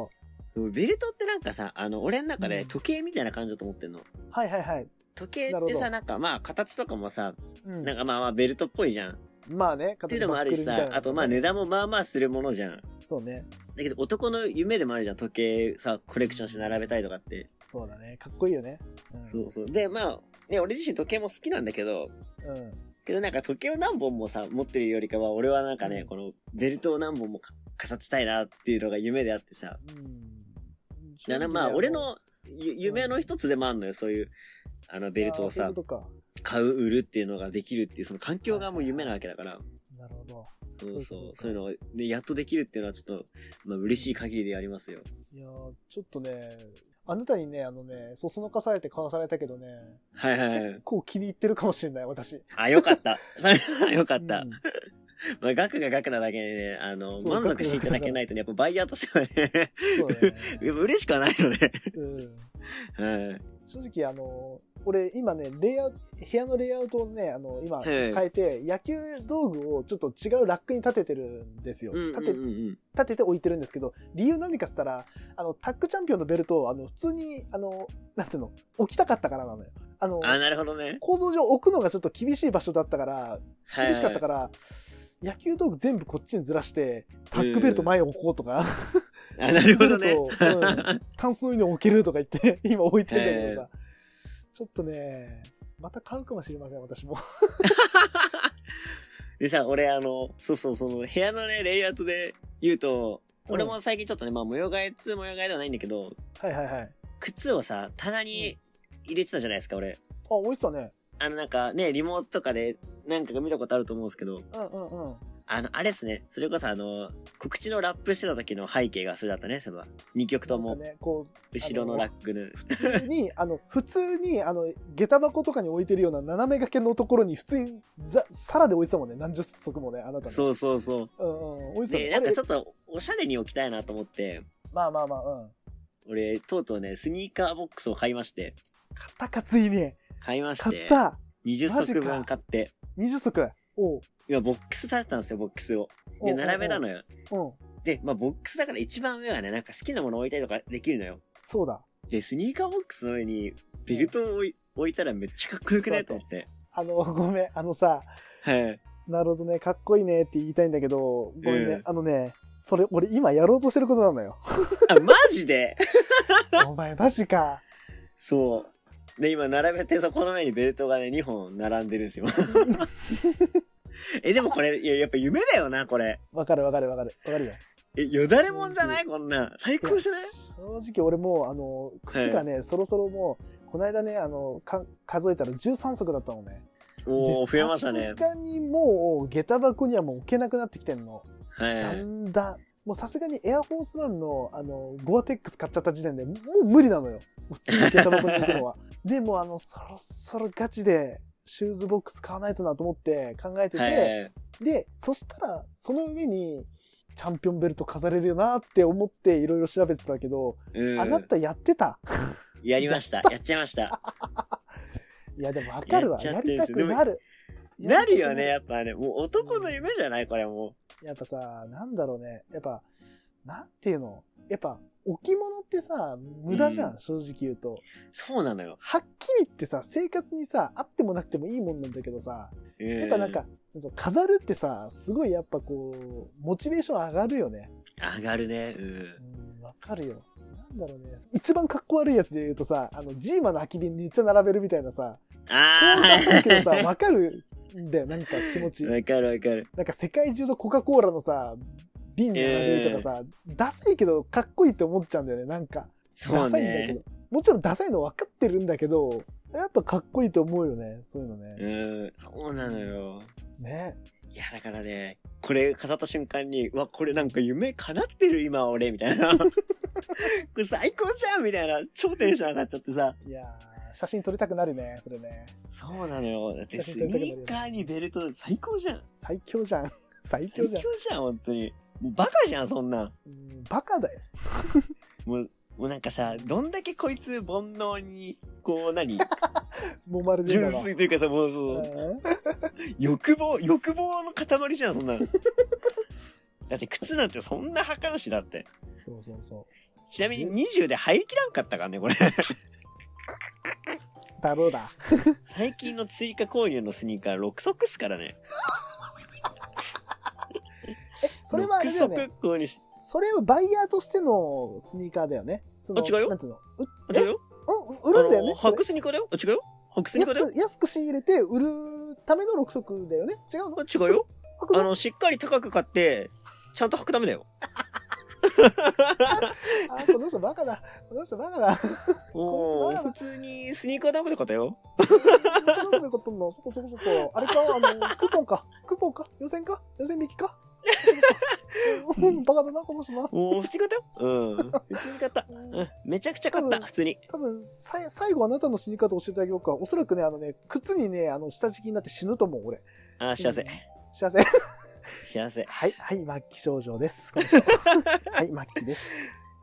[SPEAKER 2] ベルトってなんかさ、あの、俺の中
[SPEAKER 1] う
[SPEAKER 2] で
[SPEAKER 1] ん
[SPEAKER 2] 時計みたいな感じだと思ってんの。
[SPEAKER 1] はいはいはい。
[SPEAKER 2] 時計
[SPEAKER 1] なる
[SPEAKER 2] っ
[SPEAKER 1] ほ
[SPEAKER 2] て
[SPEAKER 1] ど
[SPEAKER 2] さ、なんかまあ、形とかもさ、
[SPEAKER 1] うん
[SPEAKER 2] なんかまあまあ、ベルトっぽいじゃん。っ
[SPEAKER 1] まあね、って
[SPEAKER 2] いうのもあるしさ、あとまあ、値段もまあまあするものじゃん。
[SPEAKER 1] そうね。
[SPEAKER 2] だけど、男の夢でもあるじゃん。時計さ、コレクションして並べたいとかって。
[SPEAKER 1] そうだね。かっこいいよね。うん、
[SPEAKER 2] そうそう。で、まあ、ね、俺自身時計も好きなんだけど、
[SPEAKER 1] うん。
[SPEAKER 2] けどなんか時計を何本もさ、持ってるよりかは、俺はなんかね、このベルトを何本もか飾ってたいなっていうのが夢であってさ。
[SPEAKER 1] うん
[SPEAKER 2] だからまあ、俺、のゆ夢の一つでもあんのよ。そういう、あの、ベルトを
[SPEAKER 1] あ
[SPEAKER 2] さ
[SPEAKER 1] ーそういう、ことか
[SPEAKER 2] 買う、売るっていうのができるっていう、その環境がもう夢なわけだから。
[SPEAKER 1] なるほど。
[SPEAKER 2] そうそ
[SPEAKER 1] そう
[SPEAKER 2] う
[SPEAKER 1] そう。
[SPEAKER 2] そういうのを、ね、やっとできるっていうのはちょっと、まあ嬉しい限りでやりますよ。
[SPEAKER 1] いやーちょっとね、あなたにね、あのね、そそのかされて買わされたけどね、
[SPEAKER 2] はいはいはい
[SPEAKER 1] 結。構気に入ってるかもしれない、私。
[SPEAKER 2] あ、よかった。 それよかった。
[SPEAKER 1] うん
[SPEAKER 2] まあ、額が額なだけでね、あの、
[SPEAKER 1] そう
[SPEAKER 2] 満足していただけないとね、やっぱバイヤーとしてはね、
[SPEAKER 1] そうだね
[SPEAKER 2] やっぱ嬉しくはないので。
[SPEAKER 1] うん
[SPEAKER 2] うん。
[SPEAKER 1] 正直、あの、俺、今ね、レイアウト、部屋のレイアウトをね、あの、今、
[SPEAKER 2] ええ
[SPEAKER 1] 変えて、野球道具をちょっと違うラックに立ててるんですよ。
[SPEAKER 2] うんう
[SPEAKER 1] 立
[SPEAKER 2] んうん
[SPEAKER 1] て
[SPEAKER 2] うん。
[SPEAKER 1] 立てて置いてるんですけど、理由何かって言ったら、あの、タッグチャンピオンのベルトを、あの、普通に、あの、なんていうの、置きたかったからなのよ。あの、
[SPEAKER 2] あ、なるほどね。
[SPEAKER 1] 構造上置くのがちょっと厳しい場所だったから、
[SPEAKER 2] はい。
[SPEAKER 1] 厳しかったから、野球道具全部こっちにずらして、タックベルト前に置こうとか、
[SPEAKER 2] あ、なるほど
[SPEAKER 1] タ
[SPEAKER 2] ね。
[SPEAKER 1] ックベルトをうんタンスの上に置けるとか言って、今置いてるんだけどさ、ちょっとね、また買うかもしれません、私も。
[SPEAKER 2] でさ、俺、あの、そうそう、その、部屋のね、レイアウトで言うと、俺も最近ちょっとね、まあ、模様替えっつう模様替えではないんだけど、
[SPEAKER 1] はいはいはい。あ、
[SPEAKER 2] 靴をさ、棚に入れてたじゃないですか、俺。
[SPEAKER 1] 置いてたね。
[SPEAKER 2] あの、なんかね、リモートとかで、なんかが見たことあると思うんですけど、
[SPEAKER 1] うんうんうん。
[SPEAKER 2] あの、あれですね。それこそあの、告知のラップしてた時の背景がそれだったね、その、2曲と
[SPEAKER 1] な
[SPEAKER 2] も
[SPEAKER 1] んか、ね、こう、
[SPEAKER 2] 後ろのラックの。
[SPEAKER 1] 普通に、あの、普通に、あの、下駄箱とかに置いてるような斜め掛けのところに、普通に、ざ、皿で置いてたもんね、何十足もね、あなたね。
[SPEAKER 2] そうそうそう。
[SPEAKER 1] うんうん、置いてたね
[SPEAKER 2] で、なん
[SPEAKER 1] あ
[SPEAKER 2] か
[SPEAKER 1] れ
[SPEAKER 2] ちょっと、おしゃれに置きたいなと思って、
[SPEAKER 1] まあまあまあ、うん。
[SPEAKER 2] 俺、とうとうね、スニーカーボックスを買いまして、
[SPEAKER 1] 買ったか、ついに。
[SPEAKER 2] 買いまし、
[SPEAKER 1] 買ってた
[SPEAKER 2] 20
[SPEAKER 1] マジ
[SPEAKER 2] 足
[SPEAKER 1] か
[SPEAKER 2] 分買って、
[SPEAKER 1] !20 足おう
[SPEAKER 2] 今、ボックス立てたんですよ、ボックスを。
[SPEAKER 1] おう
[SPEAKER 2] で、並べたの
[SPEAKER 1] よ。
[SPEAKER 2] よ。
[SPEAKER 1] うん。
[SPEAKER 2] で、まあ、ボックスだから一番上はね、なんか好きなもの置いたりとかできるのよ。
[SPEAKER 1] そうだ。
[SPEAKER 2] で、スニーカーボックスの上に、ベルトを置い置いたらめっちゃかっこよくないと思って。
[SPEAKER 1] あの、 ごめん。あのさ、
[SPEAKER 2] はい。
[SPEAKER 1] なるほどね、かっこいいねって言いたいんだけど、ごめんね。
[SPEAKER 2] ええ
[SPEAKER 1] あのね、それ、俺今やろうとしてることなのよ。
[SPEAKER 2] あ、マジで
[SPEAKER 1] お前マジか。
[SPEAKER 2] そう。で、今並べて、そこの上にベルトがね、2本並んでるんですよ。 え、でもこれ、いや、やっぱ夢だよな、これ。
[SPEAKER 1] わかるわかるわかる。わかるよ。
[SPEAKER 2] え、よだれもんじゃないこんなん。最高じゃない
[SPEAKER 1] 正直俺もう、あの、靴がね、そろそろもう、この間ね、あの、か数えたら13足だったのね。
[SPEAKER 2] おー、
[SPEAKER 1] で
[SPEAKER 2] 増えましたね
[SPEAKER 1] さす。がにもう、下駄箱にはもう置けなくなってきてんの。だ
[SPEAKER 2] はい。
[SPEAKER 1] んだん。もうさすがにエアフォースワンの、あの、ゴアテックス買っちゃった時点でもう無理なのよ。もう普通に下駄箱に行く のは。でもあの、そろそろガチで、シューズボックス買わないとなと思って考えてて、
[SPEAKER 2] はい。
[SPEAKER 1] で、そしたら、その上に、チャンピオンベルト飾れるよなって思っていろいろ調べてたけど、
[SPEAKER 2] う。
[SPEAKER 1] あなんたやってた。
[SPEAKER 2] やりました。やっちゃい ました。
[SPEAKER 1] いや、でもわかるわ。
[SPEAKER 2] や
[SPEAKER 1] や
[SPEAKER 2] っちゃってる
[SPEAKER 1] り
[SPEAKER 2] んで
[SPEAKER 1] た
[SPEAKER 2] す
[SPEAKER 1] くなる。
[SPEAKER 2] なるよね、
[SPEAKER 1] や
[SPEAKER 2] やっぱね。もう男の夢じゃないこれも
[SPEAKER 1] りたくなる。やっぱさ、なんだろうね。やっぱ、なんていうのやっぱ、置物ってさ、無駄じゃん、
[SPEAKER 2] う
[SPEAKER 1] 正直言うと。
[SPEAKER 2] そうなのよ。
[SPEAKER 1] はっきり言ってさ、生活にさ、あってもなくてもいいもんなんだけどさ、や
[SPEAKER 2] や
[SPEAKER 1] っぱなんか、、飾るってさ、すごいやっぱこう、モチベーション上がるよね。
[SPEAKER 2] 上がるね。うん
[SPEAKER 1] う。ん、わかるよ。なんだろうね。一番かっこ悪いやつで言うとさ、あの、ジーマの空き瓶にめっちゃ並べるみたいな さ、
[SPEAKER 2] あ
[SPEAKER 1] 超かっこいいけどさ、
[SPEAKER 2] あ、
[SPEAKER 1] わかるんだよ、なんか気持ち。
[SPEAKER 2] わかるわかる。
[SPEAKER 1] なんか世界中のコカ・コーラのさ、瓶に並べるとかさ、ダサいけどかっこいいって思っちゃうんだよね、なんか。
[SPEAKER 2] そ
[SPEAKER 1] ダ
[SPEAKER 2] う
[SPEAKER 1] サいんだけ
[SPEAKER 2] ね
[SPEAKER 1] ど。。もちろんダサいの分かってるんだけど、やっぱかっこいいと思うよね、そういうのね。
[SPEAKER 2] うん、そうなのよ。
[SPEAKER 1] ね。
[SPEAKER 2] いや、だからね、これ飾った瞬間に、うわ、これなんか夢叶ってる今俺、みたいな。これ最高じゃんみたいな、超テンション上がっちゃってさ。
[SPEAKER 1] いやー、写真撮りたくなるね、それね。
[SPEAKER 2] そうなのよ。だってス
[SPEAKER 1] 写真撮りたくなるよ
[SPEAKER 2] ニーカーにベルト最高じゃん。
[SPEAKER 1] 最強じゃん。 最強
[SPEAKER 2] 最
[SPEAKER 1] じ
[SPEAKER 2] 強
[SPEAKER 1] ゃん。
[SPEAKER 2] じゃん、本当に。もうバカじゃん、そんなん。
[SPEAKER 1] うんバカだよ。
[SPEAKER 2] もう、もうなんかさ、どんだけこいつ煩悩に、こう 何、
[SPEAKER 1] もうまるでだ
[SPEAKER 2] 純
[SPEAKER 1] わ。
[SPEAKER 2] 粋というかさ、もうそう、
[SPEAKER 1] うん
[SPEAKER 2] 欲望、欲望の塊じゃん、そんなの。だって靴なんてそんな儚しだって。
[SPEAKER 1] そうそうそ
[SPEAKER 2] ちなみに20で入りきらんかったからね、これ。
[SPEAKER 1] う。だろうだ。
[SPEAKER 2] 最近の追加購入のスニーカー6足っすからね。
[SPEAKER 1] え、それはあれだよね
[SPEAKER 2] 6。足購入し。
[SPEAKER 1] それはバイヤーとしてのスニーカーだよね。その
[SPEAKER 2] あ違うよ
[SPEAKER 1] なんていうのう
[SPEAKER 2] あ、違うよ。
[SPEAKER 1] うん、売るんだよ
[SPEAKER 2] あ
[SPEAKER 1] ね
[SPEAKER 2] の。履くスニーカーだよ。あ、違うよ。履くスニーカーだよ。
[SPEAKER 1] 安く安く仕入れて売るための6足だよね違うの
[SPEAKER 2] あ違うよ。
[SPEAKER 1] 履く
[SPEAKER 2] あ
[SPEAKER 1] の
[SPEAKER 2] の、しっかり高く買って、ちゃんと履くためだよ。
[SPEAKER 1] あこの人バカだこの人バカだ
[SPEAKER 2] お
[SPEAKER 1] こんな
[SPEAKER 2] ー普通にスニーカーダンクで買ったよ。
[SPEAKER 1] どういうことなのそこそこそこあれかあのクーポンかクーポンか予選か予選引きかうんバカだなこの人な
[SPEAKER 2] おー普通に買ったよ。うん。普通に買った。うん。めちゃくちゃ買っ
[SPEAKER 1] 多
[SPEAKER 2] た、
[SPEAKER 1] 分
[SPEAKER 2] 普通に。
[SPEAKER 1] 多分さい最後あなたの死に方教えてあげようかおそらくねあのね靴にねあの下敷きになって死ぬと思う俺
[SPEAKER 2] あー幸せ
[SPEAKER 1] うん。幸せ
[SPEAKER 2] 幸せ。
[SPEAKER 1] はいはい末期症状ですこの人はい末期です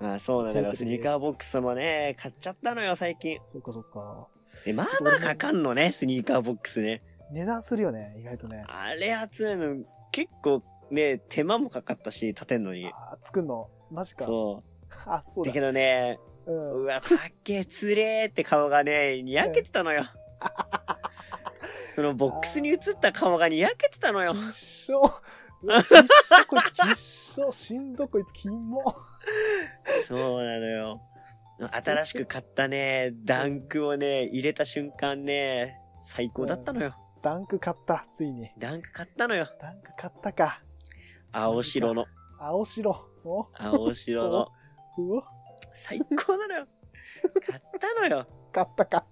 [SPEAKER 2] まあそうなんだよ。スニーカーボックスもね、買っちゃったのよ、最近。
[SPEAKER 1] そっかそっか
[SPEAKER 2] え、まあまあかかんのね、スニーカーボックスね。
[SPEAKER 1] 値段するよね意外とね
[SPEAKER 2] あれ集めるの結構ね、手間もかかったし、立てんのに。
[SPEAKER 1] あー作んのマジか
[SPEAKER 2] そ。
[SPEAKER 1] あそううだ
[SPEAKER 2] だけどね、
[SPEAKER 1] うん
[SPEAKER 2] うわ、たっけ、つれーって顔がね、にやけてたのよ。そのボックスに映った顔がにやけてたのよ。
[SPEAKER 1] きっしょ。うわきっしょこいつきっし ょ。しんどこいつ、キモ。
[SPEAKER 2] そうなのよ。新しく買ったね、ダンクをね、入れた瞬間ね、最高だったのよ。
[SPEAKER 1] ダンク買った、ついに。
[SPEAKER 2] ダンク買ったのよ。
[SPEAKER 1] ダンク買ったか。
[SPEAKER 2] 青白の、
[SPEAKER 1] 青白。お
[SPEAKER 2] 青白の、
[SPEAKER 1] うお
[SPEAKER 2] 最高なのよ。買ったのよ。
[SPEAKER 1] 買ったか。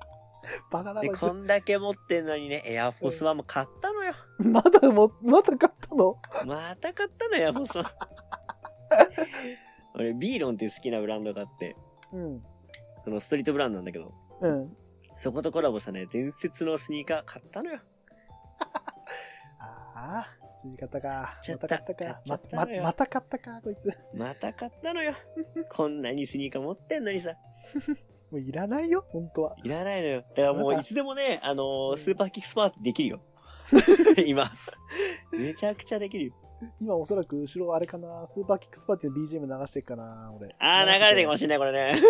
[SPEAKER 1] バカだ
[SPEAKER 2] で、
[SPEAKER 1] な
[SPEAKER 2] こ
[SPEAKER 1] こ
[SPEAKER 2] んだけ持ってんのにね、エアフォースワンも買ったのよ。
[SPEAKER 1] いつ。まだも、まだ買ったの
[SPEAKER 2] また買ったのよ、エアフォースワン。俺、ビーロンっていう好きなブランドがあって、
[SPEAKER 1] うん。
[SPEAKER 2] そのストリートブランドなんだけど、
[SPEAKER 1] うん。
[SPEAKER 2] そことコラボしたね、伝説のスニーカー買ったのよ。
[SPEAKER 1] ああ、つい方か。
[SPEAKER 2] 買
[SPEAKER 1] ま
[SPEAKER 2] っちゃ
[SPEAKER 1] た
[SPEAKER 2] っ
[SPEAKER 1] 買
[SPEAKER 2] た
[SPEAKER 1] ったか。
[SPEAKER 2] 買
[SPEAKER 1] ま
[SPEAKER 2] っちゃった
[SPEAKER 1] ま
[SPEAKER 2] のよ
[SPEAKER 1] また買ったか、こいつ。
[SPEAKER 2] また買ったのよ。こんなにスニーカー持ってんのにさ、
[SPEAKER 1] もういらないよ、本当は。
[SPEAKER 2] いらないのよ。だからもういつでもね、あのースーパーキックスパーってで きるよ。今。めちゃくちゃできるよ。
[SPEAKER 1] 今おそらく後ろあれかな、スーパーキックスパーティーの BGM 流してるかな、俺。
[SPEAKER 2] あー、流れてるかもしれない、これね。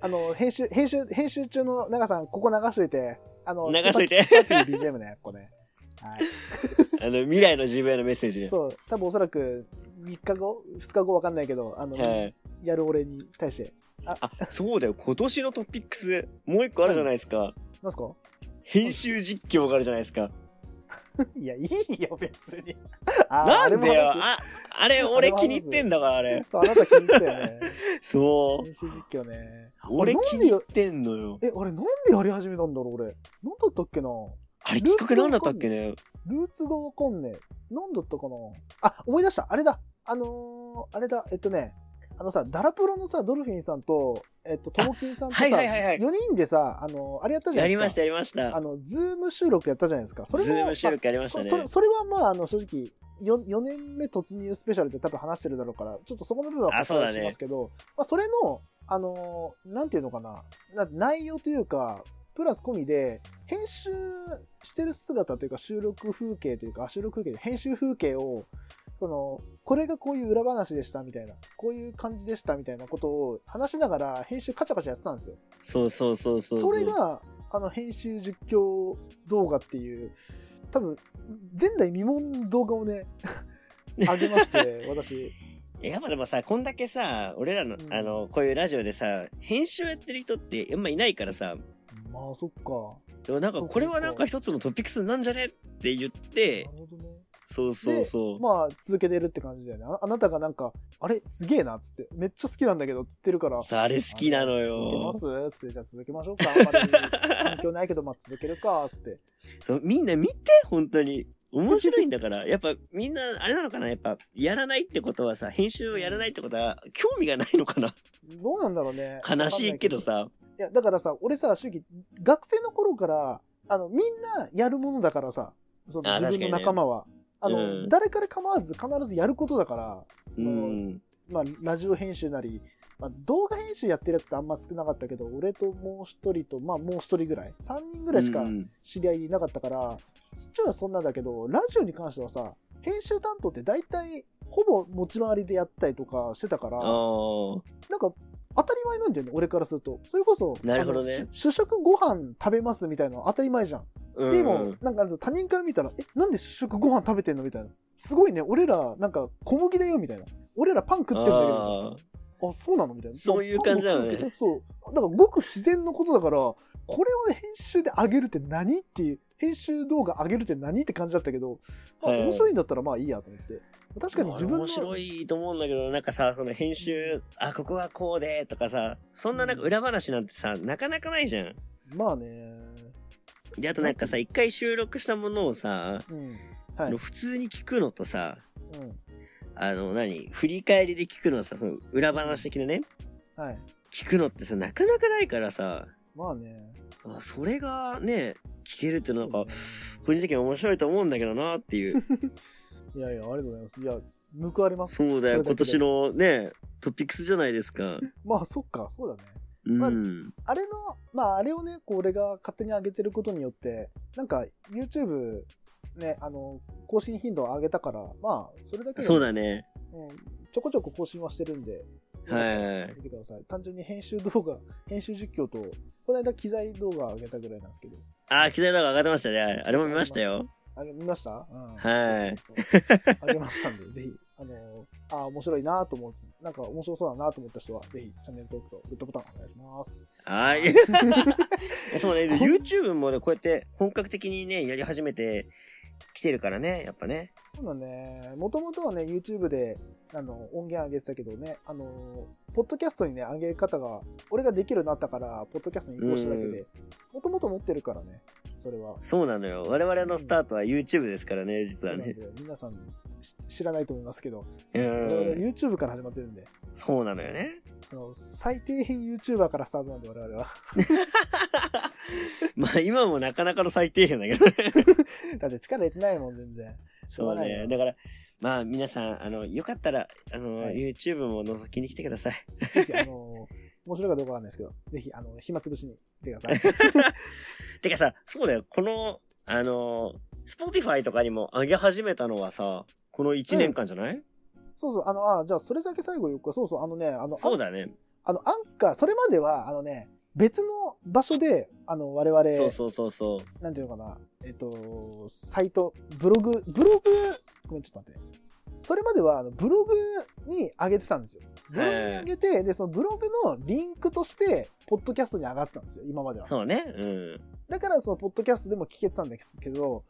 [SPEAKER 1] あの、編集、編集、編集中の長さん、ここ流しといて、あの、
[SPEAKER 2] 流しといて
[SPEAKER 1] スーパーキックスパーティーの BGM ね、ここね。はい。
[SPEAKER 2] あの、未来の自分へのメッセー ジね。
[SPEAKER 1] そう、多分おそらく、3日後 ?2 日後わかんないけど、あの、
[SPEAKER 2] はい。
[SPEAKER 1] やる俺に対して、
[SPEAKER 2] あ、そうだよ。今年のトピックス、もう一個あるじゃないですか。
[SPEAKER 1] なんすか
[SPEAKER 2] 編集実況があるじゃないですか。
[SPEAKER 1] いや、いいよ、別に。あー
[SPEAKER 2] なんで
[SPEAKER 1] あれ
[SPEAKER 2] よ。
[SPEAKER 1] も話
[SPEAKER 2] あ、あれ、俺気に入ってんだから、あれ
[SPEAKER 1] す。そう、あなた気に入ったよ ね。
[SPEAKER 2] そう。
[SPEAKER 1] 編集実況ね。
[SPEAKER 2] 俺気に入ってんのよ。
[SPEAKER 1] え、あれなんでやり始めたんだろう、俺。なんだったっけな
[SPEAKER 2] あれ、きっかけなんだったっけね。
[SPEAKER 1] ルーツがわかんねえ。なんだったかなあ、思い出した。あれだ。あのー、あれだ。えっとね、あのさ、ダラプロのさ、ドルフィンさんと、えっと、トモキンさんとさ、
[SPEAKER 2] はいはいはいはい
[SPEAKER 1] 4人でさ、あのーあれやったじゃ
[SPEAKER 2] や
[SPEAKER 1] ないで
[SPEAKER 2] り
[SPEAKER 1] すか。
[SPEAKER 2] ました、やりました
[SPEAKER 1] あ。の、ズーム収録やったじゃないですか。そ
[SPEAKER 2] ズ
[SPEAKER 1] れも
[SPEAKER 2] ーム収録やりました
[SPEAKER 1] そそれ
[SPEAKER 2] ね。
[SPEAKER 1] それはまあ、あの、正直4、4年目突入スペシャルで多分話してるだろうから、ちょっとそこの部分は
[SPEAKER 2] あそうだね
[SPEAKER 1] 割愛しますけど、まあ、それの、あのーなんていうのかな、な内容というか、プラス込みで、編集してる姿というか、収録風景というか、あ収録風景で編集風景を、その、これがこういう裏話でしたみたいな、こういう感じでしたみたいなことを話しながら編集カチャカチャやってたんですよ。
[SPEAKER 2] そうそうそうそう。
[SPEAKER 1] それが、あの、編集実況動画っていう、多分、前代未聞の動画を ね、上げまして、私。
[SPEAKER 2] いやっぱでもさ、こんだけさ、俺らの
[SPEAKER 1] う、ん
[SPEAKER 2] あの、こういうラジオでさ、編集やってる人ってあんまいないからさ、
[SPEAKER 1] まあ、そっか。
[SPEAKER 2] でもなん
[SPEAKER 1] そ
[SPEAKER 2] か
[SPEAKER 1] うそう
[SPEAKER 2] これはなんか一つのトピックスなんじゃねって言っ
[SPEAKER 1] な
[SPEAKER 2] て
[SPEAKER 1] る、ほどね。
[SPEAKER 2] そうそうそう。
[SPEAKER 1] まあ、続けてるって感じだよね。ああなたがなんか、あれすげえなっつって、めっちゃ好きなんだけどっつってるから。
[SPEAKER 2] さあ、あれ好きなの
[SPEAKER 1] あ
[SPEAKER 2] よ。
[SPEAKER 1] 続けますっつって、じゃあ続けましょうか。あんまり環境ないけど、まあ続けるかっつって。
[SPEAKER 2] そうみんな見て、本当に。面白いんだから。やっぱみんな、あれなのかなやっぱ、やらないってことはさ、編集をやらないってことは、興味がないのかな
[SPEAKER 1] どうなんだろうね。
[SPEAKER 2] 悲しいけど
[SPEAKER 1] わ
[SPEAKER 2] さ。
[SPEAKER 1] かんないけど。いや、だからさ、俺さ、主義、学生の頃から、あの、みんなやるものだからさ、その
[SPEAKER 2] あ
[SPEAKER 1] 自分の仲間は。あ
[SPEAKER 2] 確かにね
[SPEAKER 1] の、
[SPEAKER 2] うん
[SPEAKER 1] 誰から構わず必ずやることだから、そうの
[SPEAKER 2] ん。
[SPEAKER 1] まあ、ラジオ編集なり、まあ、動画編集やってるやつってあんま少なかったけど、俺ともう一人と、まあもう一人ぐらい、3人ぐらいしか
[SPEAKER 2] うん
[SPEAKER 1] 知り合いいなかったから、そっちはそんなんだけど、ラジオに関してはさ、編集担当って大体、ほぼ持ち回りでやったりとかしてたから、
[SPEAKER 2] あー
[SPEAKER 1] なんか、当たり前なんだよね、俺からすると。それこそ、
[SPEAKER 2] なるほどね
[SPEAKER 1] あの主主食ご飯食べますみたいなの当たり前じゃん。
[SPEAKER 2] うん
[SPEAKER 1] でも、なんか他人から見たら、え、なんで主食ご飯食べてんのみたいな。すごいね、俺ら、なんか小麦だよみたいな。俺らパン食ってんだけど、
[SPEAKER 2] あー
[SPEAKER 1] あそうなのみたいな。
[SPEAKER 2] そういう感じだよね
[SPEAKER 1] まあパンもそうけどそう。だから、ごく自然のことだから、これを編集で上げるって何っていう、編集動画上げるって何って感じだったけど、まあ、
[SPEAKER 2] はい
[SPEAKER 1] 面白いんだったらまあいいやと思って。確かに自分の。
[SPEAKER 2] 面白いと思うんだけど、なんかさ、その編集、あ、ここはこうで、とかさ、そんななんか裏話なんてさ、なかなかないじゃん。
[SPEAKER 1] まあね。
[SPEAKER 2] で、あとなんかさ、一回収録したものをさ、
[SPEAKER 1] うん。
[SPEAKER 2] あ
[SPEAKER 1] はい
[SPEAKER 2] の。普通に聞くのとさ、
[SPEAKER 1] うん。
[SPEAKER 2] あの、何振り返りで聞くのさ、その裏話的なね、
[SPEAKER 1] はい。
[SPEAKER 2] 聞くのってさ、なかなかないからさ、
[SPEAKER 1] まあね。
[SPEAKER 2] あそれがね、聞けるってなん
[SPEAKER 1] そう
[SPEAKER 2] か
[SPEAKER 1] ね、
[SPEAKER 2] 個人的に面白いと思うんだけどなって いう。
[SPEAKER 1] いやいや、ありがとうございます。いや、報われます。
[SPEAKER 2] そうだ
[SPEAKER 1] そ
[SPEAKER 2] よ、
[SPEAKER 1] れ
[SPEAKER 2] 今
[SPEAKER 1] だけで
[SPEAKER 2] 年のね、トピックスじゃないですか。
[SPEAKER 1] まあ、そっか、そうだね。
[SPEAKER 2] うん。
[SPEAKER 1] まああれの、まあ、あれをね、こう俺が勝手に上げてることによって、なんか、YouTube、ね、あの、更新頻度を上げたから、まあ、それだけで
[SPEAKER 2] そうだね。
[SPEAKER 1] うん、ちょこちょこ更新はしてるんで、
[SPEAKER 2] はい
[SPEAKER 1] 見てください。単純に編集動画、編集実況と、この間機材動画上げたぐらいなんですけど、
[SPEAKER 2] あ、機材動画上がってましたね。あれも見ましたよ。
[SPEAKER 1] あげ見ました、うん、
[SPEAKER 2] はい
[SPEAKER 1] そうそう そう。あげましたんで、ぜひ、あのああ、面白いなと思う、なんか面白そうだなと思った人は、ぜひ、チャンネル登録とグッドボタンお願いします。
[SPEAKER 2] はい。 そうね、
[SPEAKER 1] こん
[SPEAKER 2] YouTube もね、こうやって本格的にね、やり始めてきてるからね、やっぱね。
[SPEAKER 1] そうだね、もともとはね、YouTube であの音源上げてたけどね、あの、ポッドキャストにね、上げ方が、俺ができるようになったから、ポッドキャストに移行しただけで、もともと持ってるからね、それは。
[SPEAKER 2] そうなのよ。我々のスタートは YouTube ですからね、実は
[SPEAKER 1] なの
[SPEAKER 2] ね
[SPEAKER 1] で。皆さんし知らないと思いますけど、
[SPEAKER 2] う
[SPEAKER 1] 我々
[SPEAKER 2] ん。
[SPEAKER 1] YouTube から始まってるんで、
[SPEAKER 2] そうなのよね。
[SPEAKER 1] あの最底辺 YouTuber からスタートなんで、我々は。
[SPEAKER 2] まあ今もなかなかの最低限だけどね。
[SPEAKER 1] だって力入れてないもん、全然。
[SPEAKER 2] そうね。だから、まあ皆さん、あの、よかったら、あの、
[SPEAKER 1] はい
[SPEAKER 2] YouTube も覗きに来てください。
[SPEAKER 1] ぜひ、あの、 面白いかどうかわかんないですけど、ぜひ、あの、暇つぶしに来てください。
[SPEAKER 2] てかさ、そうだよ、この、あの、Spotify とかにも上げ始めたのはさ、この1年間じゃない、
[SPEAKER 1] そうそう、あの、あ、じゃあ、それだけ最後言うか、そうそう、あのね、あの、
[SPEAKER 2] そうだね。
[SPEAKER 1] あの、アンカー、それまでは、あのね、別の場所で、あの、我々、
[SPEAKER 2] そうそうそうそう。
[SPEAKER 1] なんていうのかな、えっと、サイト、ブログ、ブログ、ごめん、ちょっと待って。それまでは、あのブログに上げてたんですよ。ブログに上げて、で、そのブログのリンクとして、ポッドキャストに上がってたんですよ、今までは。
[SPEAKER 2] そうね。うん。
[SPEAKER 1] だから、その、ポッドキャストでも聞けてたんですけど、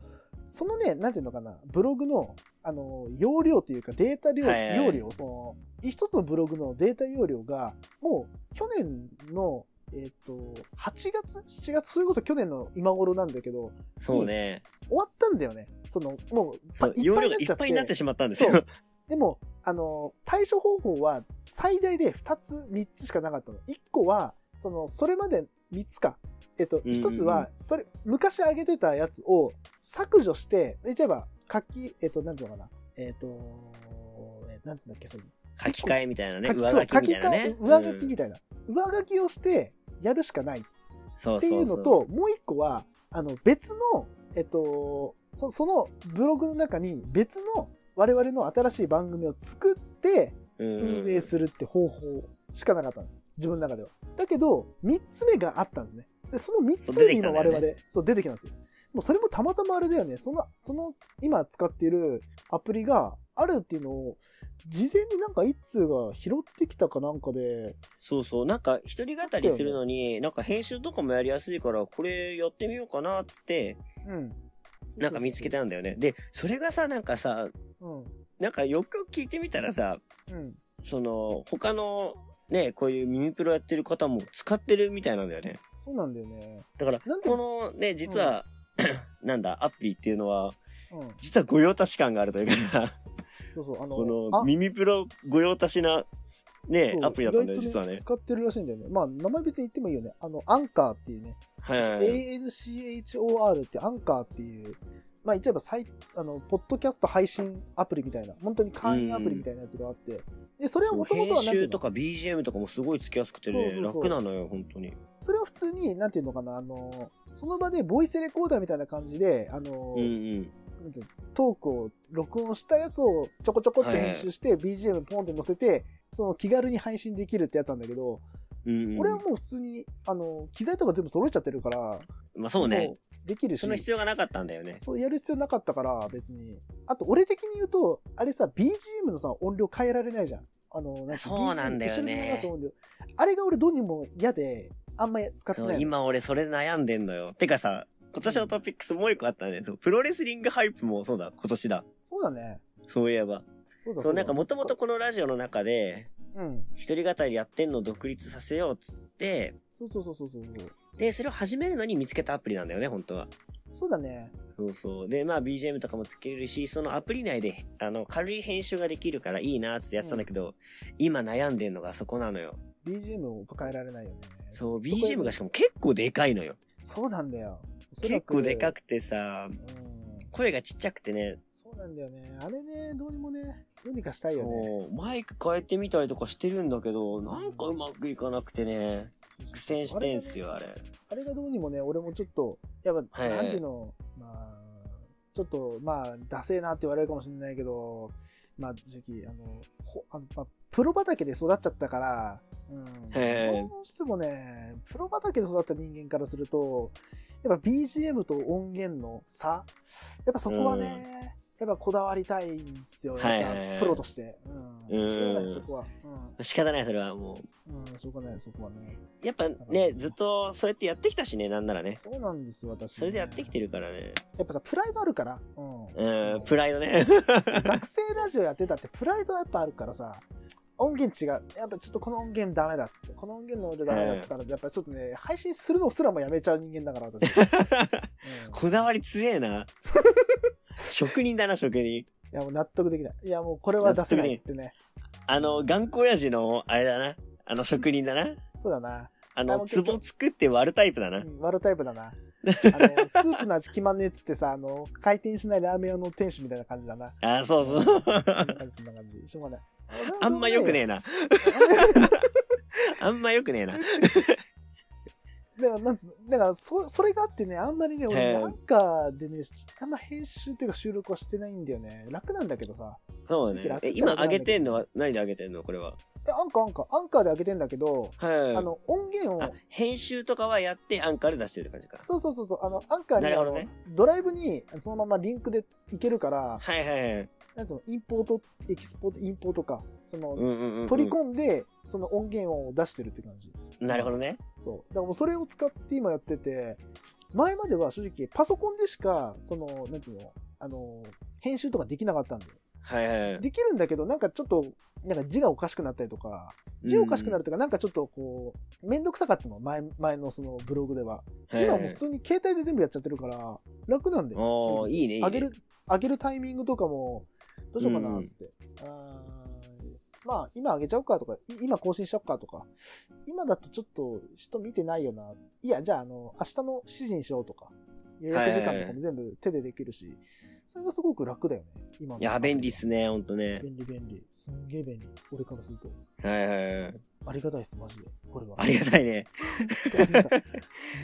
[SPEAKER 1] そのね、なんていうのかな、ブログの、あの、容量というか、データ量、
[SPEAKER 2] はいはい
[SPEAKER 1] 容量、その、一つのブログのデータ容量が、もう、去年の、えっ、と、8月 ?7 月そういうこと去年の今頃なんだけど、
[SPEAKER 2] そうね。
[SPEAKER 1] 終わったんだよね。その、もう、
[SPEAKER 2] そう、
[SPEAKER 1] いっ
[SPEAKER 2] 容
[SPEAKER 1] ぱいにな
[SPEAKER 2] 量が
[SPEAKER 1] っ
[SPEAKER 2] い
[SPEAKER 1] ちゃっ
[SPEAKER 2] っ
[SPEAKER 1] て
[SPEAKER 2] ぱいになってしまったんですよ。
[SPEAKER 1] でも、あの、対処方法は最大で2つ、3つしかなかったの。1個は、その、それまで3つか。えっと、
[SPEAKER 2] うんうん
[SPEAKER 1] 1つは、それ、昔上げてたやつを削除して、言っちゃえば、書き、えっと、なんていうのかな。えっと、えなんつうんだっけ、その、
[SPEAKER 2] 書き換えみたいなね。
[SPEAKER 1] 書き
[SPEAKER 2] 上
[SPEAKER 1] そう
[SPEAKER 2] 書きみたいなね。
[SPEAKER 1] 書き換え上書き
[SPEAKER 2] うん
[SPEAKER 1] みたいな。上書きをして、やるしかない。
[SPEAKER 2] そ
[SPEAKER 1] っ
[SPEAKER 2] う
[SPEAKER 1] てい
[SPEAKER 2] そうう
[SPEAKER 1] の
[SPEAKER 2] そう。
[SPEAKER 1] と、もう一個は、あの、別の、えっと、そそのブログの中に別の我々の新しい番組を作って
[SPEAKER 2] うんうん
[SPEAKER 1] 運営するって方法しかなかったんです自分の中ではだけど3つ目があったんですねでその3つ目に今
[SPEAKER 2] 出てきたんだ
[SPEAKER 1] 我
[SPEAKER 2] よね
[SPEAKER 1] 々そう出てきたんですよもうそれもたまたまあれだよねそのその今使っているアプリがあるっていうのを事前になんか一通が拾ってきたかなんかで
[SPEAKER 2] そうそう、なんか一人語りするのに、なんか編集とかもやりやすいから、これやってみようかなっつって、
[SPEAKER 1] うん
[SPEAKER 2] なんか見つけたんだよね。で、それがさ、なんかさ、
[SPEAKER 1] うん
[SPEAKER 2] なんかよくよく聞いてみたらさ、
[SPEAKER 1] うん
[SPEAKER 2] その、他のね、こういう耳プロやってる方も使ってるみたいなんだよね。
[SPEAKER 1] そうなんだよね
[SPEAKER 2] だから、
[SPEAKER 1] なんで
[SPEAKER 2] このね、実は、 なんだ、アプリっていうのは、
[SPEAKER 1] うん
[SPEAKER 2] 実は御用達感があるという か、
[SPEAKER 1] そうそうあの
[SPEAKER 2] この
[SPEAKER 1] あ
[SPEAKER 2] 耳プロ御用達な、ね
[SPEAKER 1] そ、う
[SPEAKER 2] アプリだったんだよ、
[SPEAKER 1] 意外
[SPEAKER 2] 実
[SPEAKER 1] と
[SPEAKER 2] はね。
[SPEAKER 1] 使ってるらしいんだよねまあ名前別に言ってもいいよねあのアンカーっていうね
[SPEAKER 2] はいはいはい。
[SPEAKER 1] ANCHOR ってアンカーっていう、まあ、言っちゃえばサイあの、ポッドキャスト配信アプリみたいな、本当に会員アプリみたいなやつがあって、でそれはもともとは
[SPEAKER 2] 編
[SPEAKER 1] なんていう
[SPEAKER 2] 集
[SPEAKER 1] の
[SPEAKER 2] とか BGM とかもすごいつきやすくてね
[SPEAKER 1] そうそうそう
[SPEAKER 2] 楽なのよ本当に
[SPEAKER 1] それは普通に、なんていうのかな、あの、その場でボイスレコーダーみたいな感じで、あの、
[SPEAKER 2] うんうん
[SPEAKER 1] なんていうのトークを録音したやつをちょこちょこって編集して、BGM ポンって載せて、その気軽に配信できるってやつなんだけど、
[SPEAKER 2] うんうん
[SPEAKER 1] 俺はもう普通に、あの、機材とか全部揃えちゃってるから、
[SPEAKER 2] まあそうね
[SPEAKER 1] もうできるし。
[SPEAKER 2] その必要がなかったんだよね
[SPEAKER 1] そうやる必要なかったから別にあと俺的に言うとあれさ BGM のさ音量変えられないじゃんあのなんか
[SPEAKER 2] そうなんだよね
[SPEAKER 1] BGM 一緒に流す音量あれが俺どうにも嫌であんまり使って
[SPEAKER 2] そ
[SPEAKER 1] な
[SPEAKER 2] う
[SPEAKER 1] い
[SPEAKER 2] 今俺それ悩んでんのよてかさ今年のトピックスもう一個あったねそうプロレスリングハイプもそうだ今年だ
[SPEAKER 1] そうだね
[SPEAKER 2] そういえば
[SPEAKER 1] そうだ
[SPEAKER 2] そうなんかもとも
[SPEAKER 1] 元
[SPEAKER 2] とこのラジオの中で
[SPEAKER 1] 々
[SPEAKER 2] 一人語りやってんのを独立させようっつって
[SPEAKER 1] うんそうそうそうそうそう
[SPEAKER 2] でそれを始めるのに見つけたアプリなんだよね本当は
[SPEAKER 1] そうだね
[SPEAKER 2] そうそう。で、まあ BGM とかもつけれるし、そのアプリ内で、あの、軽い編集ができるからいいなってやってたんだけど、今悩んでんのがそこなのよ。
[SPEAKER 1] BGM を変えられないよね
[SPEAKER 2] そう、
[SPEAKER 1] こへ
[SPEAKER 2] BGM がしかも結構でかいのよ。
[SPEAKER 1] そうなんだよ
[SPEAKER 2] 結構でか
[SPEAKER 1] く
[SPEAKER 2] くてさ、
[SPEAKER 1] うん
[SPEAKER 2] 声がちっちゃくてね、
[SPEAKER 1] そうなんだよねあれねどうにもねどうにかしたいよね
[SPEAKER 2] そう、マイク変えてみたりとかしてるんだけど、なんかうまくいかなくてね、苦戦してんすよ、あれ。
[SPEAKER 1] あれがどうにもね、俺もちょっと、やっぱ、
[SPEAKER 2] はいは
[SPEAKER 1] な
[SPEAKER 2] い
[SPEAKER 1] んていうの、まあ、ちょっと、まあ、ダセーなって言われるかもしれないけど、まあ、正直、あの、ほあのまあ、プロ畑で育っちゃったから、うん。
[SPEAKER 2] はいはい
[SPEAKER 1] どうしてもね、プロ畑で育った人間からすると、やっぱ BGM と音源の差、やっぱそこはね、やっぱこだわりたいんですよ、
[SPEAKER 2] はい
[SPEAKER 1] や
[SPEAKER 2] はいはい
[SPEAKER 1] っぱプロとして。うん。
[SPEAKER 2] うん
[SPEAKER 1] しょうがない、そこは。
[SPEAKER 2] 仕方ない、それはも
[SPEAKER 1] うん。うん、しょうがない、そこはね。
[SPEAKER 2] う。やっぱね、ずっとそうやってやってきたしね、なんならね。
[SPEAKER 1] そうなんですよ、私、ね。
[SPEAKER 2] それでやってきてるからね。
[SPEAKER 1] やっぱさ、プライドあるから。うん。
[SPEAKER 2] うん、プライドね。
[SPEAKER 1] 学生ラジオやってたって、プライドはやっぱあるからさ、音源違う。やっぱちょっとこの音源ダメだっつって、この音源の俺ダメだっつったら、やっぱちょっとね、配信するのすらもやめちゃう人間だから、 私。うん、い
[SPEAKER 2] こだわり強 えな。職人だな、職人。
[SPEAKER 1] や、もう納得できない。いや、もうこれは出せないっつってね。
[SPEAKER 2] あの、頑固親父の、あれだな。あの、職人だな。
[SPEAKER 1] そうだな。
[SPEAKER 2] あ
[SPEAKER 1] あ
[SPEAKER 2] の、
[SPEAKER 1] の結局
[SPEAKER 2] 壺作って割るタイプだ
[SPEAKER 1] う
[SPEAKER 2] な。
[SPEAKER 1] ん、悪タイプだ な。あの、スープの味決まんねえっつってさ、あの、回転しないラーメン屋の店主みたいな感じだ な。
[SPEAKER 2] あ、そ うそう。
[SPEAKER 1] そんな感じ、そんな感じ。しょうがない。
[SPEAKER 2] あんま良くね えな。あんま良くねえな。
[SPEAKER 1] だから、なんつうの、だからそ、それがあってね、あんまりね、
[SPEAKER 2] へ
[SPEAKER 1] 俺、
[SPEAKER 2] え
[SPEAKER 1] なんかでね、あんま編集っていうか収録はしてないんだよね。楽なんだけどさ。
[SPEAKER 2] そうね。え、今上げてんのは、何で上げてんのこれは。
[SPEAKER 1] え、アンカー、アンカー、アンカーで上げてんだけど、あ
[SPEAKER 2] は
[SPEAKER 1] の、音源
[SPEAKER 2] い。あ
[SPEAKER 1] を、、
[SPEAKER 2] 編集とかはやって、アンカーで出してる感じか。
[SPEAKER 1] そうそうそうそう、あの、アンカーに、
[SPEAKER 2] なる
[SPEAKER 1] あ
[SPEAKER 2] ほ
[SPEAKER 1] の
[SPEAKER 2] どね
[SPEAKER 1] ドライブに、そのままリンクでいけるから、
[SPEAKER 2] はいはいはい。
[SPEAKER 1] なんつうの、インポート、エキスポート、インポートか、その、
[SPEAKER 2] うんうんうん。
[SPEAKER 1] 取り込んで、その音源を出してるって感じ。
[SPEAKER 2] なるほどね。
[SPEAKER 1] そう。だからもうそれを使って今やってて、前までは正直パソコンでしか、その、なんていうの、あの、編集とかできなかったんだよ。
[SPEAKER 2] はいはいはい。
[SPEAKER 1] できるんだけど、なんかちょっと、なんか字がおかしくなったりとか、字おかしくなるとか、なんかちょっとこう、めんどくさかったの、前、前のそのブログでは。
[SPEAKER 2] うん。
[SPEAKER 1] 今は
[SPEAKER 2] は
[SPEAKER 1] もう
[SPEAKER 2] い
[SPEAKER 1] 普通に携帯で全部やっちゃってるから、楽なんだよ。
[SPEAKER 2] おー、いいね、いいね。
[SPEAKER 1] 上げる、上げるタイミングとかも、どうしようかな
[SPEAKER 2] う
[SPEAKER 1] っ
[SPEAKER 2] ん
[SPEAKER 1] つって。あーまあ、今上げちゃおうかとか、い今更新しちゃおうかとか、今だとちょっと人見てないよな。いや、じゃあ、あの、明日の7時にしようとか。予約時間とかも全部手でできるし、それがすごく楽だよね、今の
[SPEAKER 2] いや、便利っすね、ほんとね。
[SPEAKER 1] 便利便利。すんげえ便利。俺からすると。
[SPEAKER 2] はいはいはい。
[SPEAKER 1] ありがたいっす、マジで。これは。
[SPEAKER 2] ありがたいね。
[SPEAKER 1] ありがたい。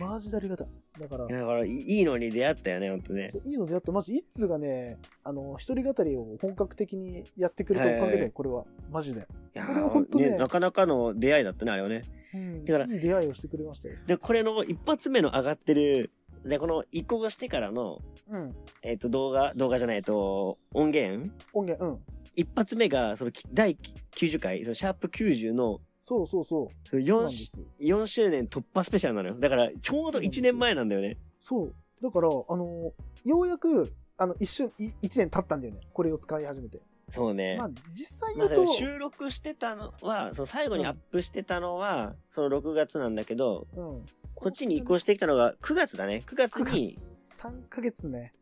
[SPEAKER 1] マジでありがたい。だから、
[SPEAKER 2] だから、いいのに出会ったよね、ほんとね。
[SPEAKER 1] いいのであって、マジ、一通がね、あの、一人語りを本格的にやってくれたおかげ
[SPEAKER 2] は
[SPEAKER 1] で、
[SPEAKER 2] い
[SPEAKER 1] これは、マジで。
[SPEAKER 2] いや
[SPEAKER 1] これはほんと
[SPEAKER 2] ー、
[SPEAKER 1] ね
[SPEAKER 2] ね、なかなかの出会いだったね、あれはね。
[SPEAKER 1] うん、
[SPEAKER 2] だから
[SPEAKER 1] いい出会いをしてくれましたよ。
[SPEAKER 2] で、これの一発目の上がってる、で、この移行してからの、
[SPEAKER 1] うん。
[SPEAKER 2] えっ、と、動画、動画じゃない、えっと、音源
[SPEAKER 1] 音源、うん。
[SPEAKER 2] 一発目が、その、き第90回、そのシャープ90の、
[SPEAKER 1] そうそうそう。
[SPEAKER 2] その
[SPEAKER 1] そうなん
[SPEAKER 2] 4,
[SPEAKER 1] です。
[SPEAKER 2] 4周年突破スペシャルなのよ。だから、ちょうど1年前なんだよね。
[SPEAKER 1] そう。だから、あの、ようやく、あの、一瞬、い一年経ったんだよね。これを使い始めて。
[SPEAKER 2] そうね。
[SPEAKER 1] まあ、実際
[SPEAKER 2] ま
[SPEAKER 1] 言
[SPEAKER 2] あ、
[SPEAKER 1] うと、
[SPEAKER 2] 収録してたのは、その最後にアップしてたのは、その6月なんだけど、
[SPEAKER 1] うん。
[SPEAKER 2] こっちに移行してきたのが9月だね。9月に、
[SPEAKER 1] 3ヶ月ね。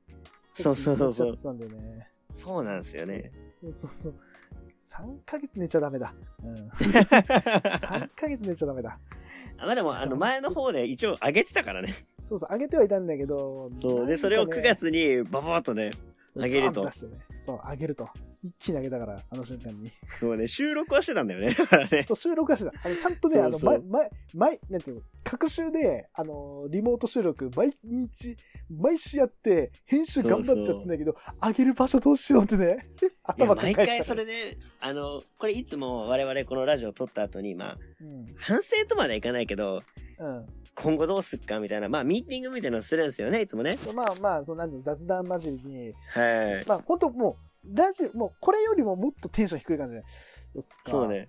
[SPEAKER 2] そうそうそうそ
[SPEAKER 1] ち
[SPEAKER 2] う
[SPEAKER 1] ょっと寝ちゃったんだよね。
[SPEAKER 2] そうなんですよ ね。
[SPEAKER 1] そうそうそう。3ヶ月寝ちゃダメだ。 うん。3ヶ月寝ちゃダメだ。
[SPEAKER 2] まあでも、あの、前の方で一応上げてたからね。そう
[SPEAKER 1] そうそう、上げてはいたんだけど、
[SPEAKER 2] そう。で、それを9月にバババッとね、上げると
[SPEAKER 1] バン出してね。そう、上げると。一気に上げたから、あの瞬間に。
[SPEAKER 2] そうね、収録はしてたんだよね。だ からね。
[SPEAKER 1] そう、収録はしてた。あの、ちゃんとね、あの、
[SPEAKER 2] そうそう
[SPEAKER 1] 前、前、前、なんていうの、各週で、あの、リモート収録、毎日、毎週やって、編集頑張ってやってんだけど、上げる場所どうしようってね、
[SPEAKER 2] いや
[SPEAKER 1] 頭抱え
[SPEAKER 2] 毎
[SPEAKER 1] てた
[SPEAKER 2] 回それで、あの、これいつも我々このラジオ撮った後に、まあ、
[SPEAKER 1] うん。
[SPEAKER 2] 反省とまではいかないけど、
[SPEAKER 1] うん。
[SPEAKER 2] 今後どうすっかみたいな、まあ、ミーティングみたいなのするんですよね、いつもね。
[SPEAKER 1] そうまあまあ、そのなんていうの雑談交じりに、
[SPEAKER 2] はい。
[SPEAKER 1] まあ、本当もう、ラジオ、もう、これよりももっとテンション低い感じで。どっすか
[SPEAKER 2] そう。ね。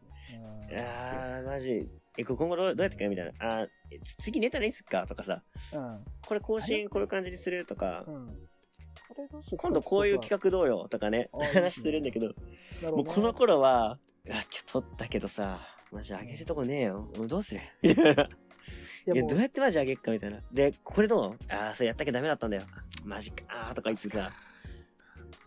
[SPEAKER 1] うん
[SPEAKER 2] いやー、マジ。え、これ今後どうどうやってかみたいな。あーえつ次ネタにすっかとかさ、これ更新こういう感じにするとか
[SPEAKER 1] う、ん。うん。これどうしよう
[SPEAKER 2] 今度こういう企画どうよとかね
[SPEAKER 1] あーいい、ね
[SPEAKER 2] 話するんだけど、
[SPEAKER 1] なるほど
[SPEAKER 2] もう
[SPEAKER 1] ね
[SPEAKER 2] この頃は、いや、今日撮ったけどさ、マジ上げるとこねえよ。もうどうするみたいな。い
[SPEAKER 1] い
[SPEAKER 2] や、
[SPEAKER 1] やも
[SPEAKER 2] ど
[SPEAKER 1] う
[SPEAKER 2] うやってマジ上げっかみたいな。で、これどうああ、それやったけどダメだったんだよ。マジか。ああ、とか言ってさ、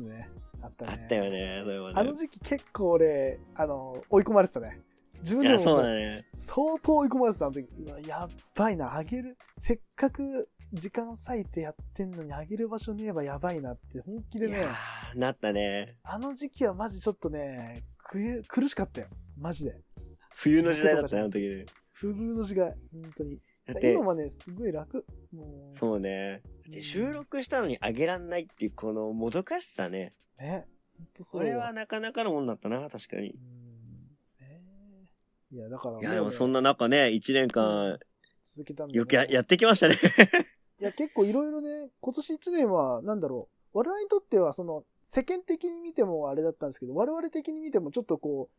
[SPEAKER 1] ね、あった
[SPEAKER 2] あ
[SPEAKER 1] ね。
[SPEAKER 2] ったよね。そういうこと
[SPEAKER 1] あの時期結構俺、あの、追い込まれてたね。自分
[SPEAKER 2] い
[SPEAKER 1] で
[SPEAKER 2] や、
[SPEAKER 1] も
[SPEAKER 2] そうだね。
[SPEAKER 1] 相当追い込まれてたあの時。うわやっばいな、あげる。せっかく時間割いてやってんのに、あげる場所ねえばやばいなって、本気
[SPEAKER 2] い
[SPEAKER 1] でね
[SPEAKER 2] や、ーなったね。
[SPEAKER 1] あの時期はマジちょっとね、く苦しかったよ。マジで。
[SPEAKER 2] 冬の時代だったね、あの時ね。
[SPEAKER 1] 不遇の時代、本当に。
[SPEAKER 2] だって
[SPEAKER 1] 今、はね、すごい楽。もう、
[SPEAKER 2] そうね。
[SPEAKER 1] う
[SPEAKER 2] で
[SPEAKER 1] ん
[SPEAKER 2] 収録したのに上げらんないっていう、このもどかしさね。
[SPEAKER 1] ね。本当そ
[SPEAKER 2] そう
[SPEAKER 1] よ
[SPEAKER 2] れはなかなかのもんだったな、確かに。い
[SPEAKER 1] うんねいや、だから、
[SPEAKER 2] や、でもそん
[SPEAKER 1] な
[SPEAKER 2] な中ね、1年間、
[SPEAKER 1] 続けたんだ
[SPEAKER 2] よくやや
[SPEAKER 1] い
[SPEAKER 2] ってきまし たね。
[SPEAKER 1] や、結構いろいろね、今年1年は、なんだろう、我々にとっては、その、世間的に見てもあれだったんですけど、我々的に見ても、ちょっとこ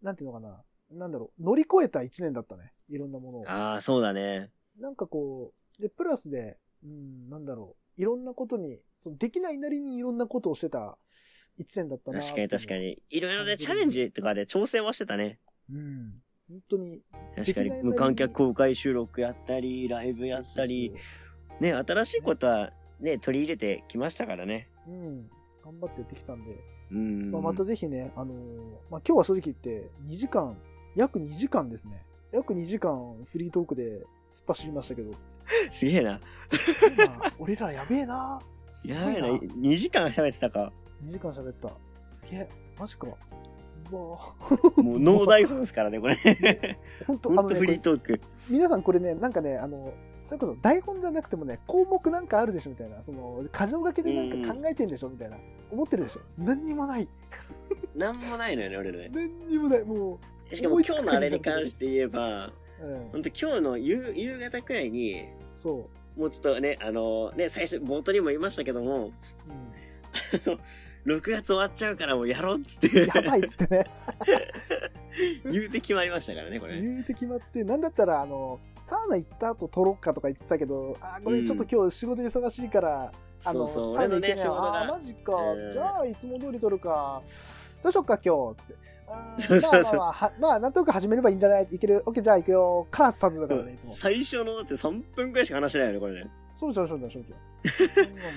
[SPEAKER 1] う、なんていうのかな、なんだろう、乗り越えた1年だったね。いろんなものを。
[SPEAKER 2] ああ、そうだね。
[SPEAKER 1] なんかこう、で、プラスで、うん、なんだろう、いろんなことに、そのできないなりにいろんなことをしてた1年だったな。
[SPEAKER 2] 確かに確か
[SPEAKER 1] に。
[SPEAKER 2] に。いろいろね、チャレンジとかで挑戦はしてたね。
[SPEAKER 1] うん。本当に。
[SPEAKER 2] 確か
[SPEAKER 1] できない
[SPEAKER 2] に。
[SPEAKER 1] 間に
[SPEAKER 2] 無観客公開収録やったり、ライブやったり
[SPEAKER 1] そう、そう
[SPEAKER 2] ね、新しいことはね、取り入れてきましたからね。
[SPEAKER 1] そう。うん。頑張ってやってきたんで、
[SPEAKER 2] うん。
[SPEAKER 1] まあ、またぜひね、あのーまあ、今日は正直言って、2時間、約2時間ですね。約2時間フリートークで突っ走りましたけど、
[SPEAKER 2] すげえな。
[SPEAKER 1] まあ俺らやべえな。すごい
[SPEAKER 2] やばいな。
[SPEAKER 1] 2
[SPEAKER 2] 2時間喋って たか。
[SPEAKER 1] 時間喋った。すげえ。マジか。うわ
[SPEAKER 2] もう脳台本ですからね、これ。
[SPEAKER 1] 本当あ
[SPEAKER 2] ほ
[SPEAKER 1] の
[SPEAKER 2] んと
[SPEAKER 1] ね、
[SPEAKER 2] フ
[SPEAKER 1] こ
[SPEAKER 2] リー
[SPEAKER 1] れ
[SPEAKER 2] トーク。
[SPEAKER 1] 皆さんこれね、なんかね、あの、それこそ台本じゃなくてもね、項目なんかあるでしょみたいな、その、箇条書きでなんか考えてんでしょみたいな、思ってるでしょ何にもない。
[SPEAKER 2] なんもないのよね、俺らね。
[SPEAKER 1] 何にもない。も
[SPEAKER 2] しかも今日のあれに関して言えば、
[SPEAKER 1] う、う
[SPEAKER 2] ほ
[SPEAKER 1] ん、
[SPEAKER 2] んと今日の夕夕方くらいに、
[SPEAKER 1] そ
[SPEAKER 2] もうちょっとね、あのね、最初、冒頭にも言いましたけど
[SPEAKER 1] う。
[SPEAKER 2] も、
[SPEAKER 1] うん
[SPEAKER 2] 6月終わっちゃうからもうやろうっつって
[SPEAKER 1] やばいっつってね、
[SPEAKER 2] 言うて決まりましたからね、これね。
[SPEAKER 1] 言うて決まって、なんだったら、あの、サウナ行った後撮ろうかとか言ってたけど、あー、これちょっと今日仕事忙しいから、あ
[SPEAKER 2] そ
[SPEAKER 1] の、
[SPEAKER 2] うそう、
[SPEAKER 1] サ
[SPEAKER 2] 俺
[SPEAKER 1] ウナ
[SPEAKER 2] の
[SPEAKER 1] 行け
[SPEAKER 2] ね、
[SPEAKER 1] ない
[SPEAKER 2] 仕事
[SPEAKER 1] あー、
[SPEAKER 2] が。
[SPEAKER 1] マジか
[SPEAKER 2] う。ん
[SPEAKER 1] じゃあ、いつも通り撮るか。どうしよっか、今日。って。あー
[SPEAKER 2] そうそうそ
[SPEAKER 1] まあ
[SPEAKER 2] う
[SPEAKER 1] まあまあは、まあ、なんとなく始めればいいんじゃないいける。オッケー、じゃあ行くよ。カラスさんだからね、いつも。
[SPEAKER 2] 最初のだって3分くらいしか話してないよね、これね。
[SPEAKER 1] そうそうそうそうそう。 そんなもん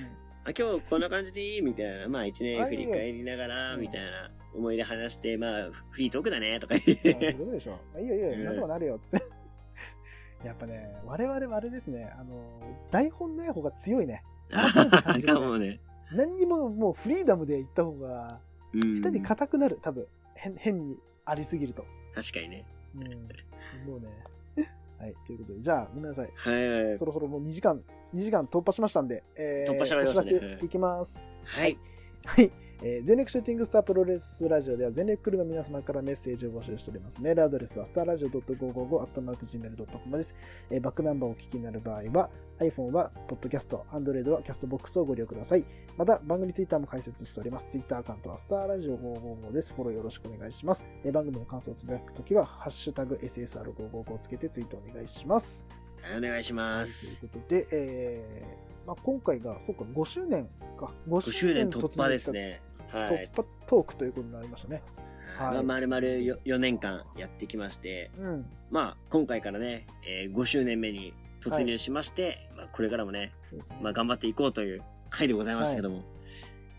[SPEAKER 2] あ今日こんな感じでいいみたいな。まあ1年振り返りながら、
[SPEAKER 1] うん
[SPEAKER 2] みたいな思い出話して、まあフリートークだね、とか
[SPEAKER 1] あ
[SPEAKER 2] 言っ
[SPEAKER 1] ーそう
[SPEAKER 2] て。
[SPEAKER 1] いうことでしょ。まあいいよいいよ
[SPEAKER 2] う、ん
[SPEAKER 1] なんとかなるよ、つって。 やっぱね、我々はあれですね、あの、台本ない方が強いね。感じが
[SPEAKER 2] かもね。
[SPEAKER 1] 何にももうフリーダムで行った方が、
[SPEAKER 2] うん。
[SPEAKER 1] 下手に
[SPEAKER 2] 確
[SPEAKER 1] 硬くなる、多分。変、変にありすぎると。
[SPEAKER 2] かにね。
[SPEAKER 1] うん。もうね。 はい、ということで、じゃあ、ごめんなさい。
[SPEAKER 2] はいはいはい
[SPEAKER 1] そ。ろそろもう2時間、2時間突破しましたんで、え
[SPEAKER 2] 突破しちゃいましたね
[SPEAKER 1] お知らせいきます。
[SPEAKER 2] はい。
[SPEAKER 1] はい。えー、全力シューティングスタープロレスラジオでは全力クルーの皆様からメッセージを募集しております。メールアドレスはスターラジオ .555-gmail.com です、えーバックナンバーをお聞きになる場合は iPhone は Podcast、Android は Castbox をご利用ください。また番組ツイッターも開設しております。ツイッターアカウントはスターラジオ555です。フォローよろしくお願いします。えー番組の感想をつぶやくときはハッシュタグ SSR555 をつけてツイートお願いします。
[SPEAKER 2] お願いしま
[SPEAKER 1] はい
[SPEAKER 2] す
[SPEAKER 1] と。いうことで、えーまあ、今回がそうか5周年か
[SPEAKER 2] 5
[SPEAKER 1] 5
[SPEAKER 2] 周年突破ですね。
[SPEAKER 1] 突
[SPEAKER 2] は
[SPEAKER 1] 入
[SPEAKER 2] い
[SPEAKER 1] し。た突破トークということになりましたね、はい
[SPEAKER 2] まあ、まるまるよ4年間やってきまして、
[SPEAKER 1] うん
[SPEAKER 2] まあ、今回からね、えー5周年目に突入しまして、まあ、これからもね、
[SPEAKER 1] そうですね
[SPEAKER 2] まあ、頑張っていこうという回でございましたけども。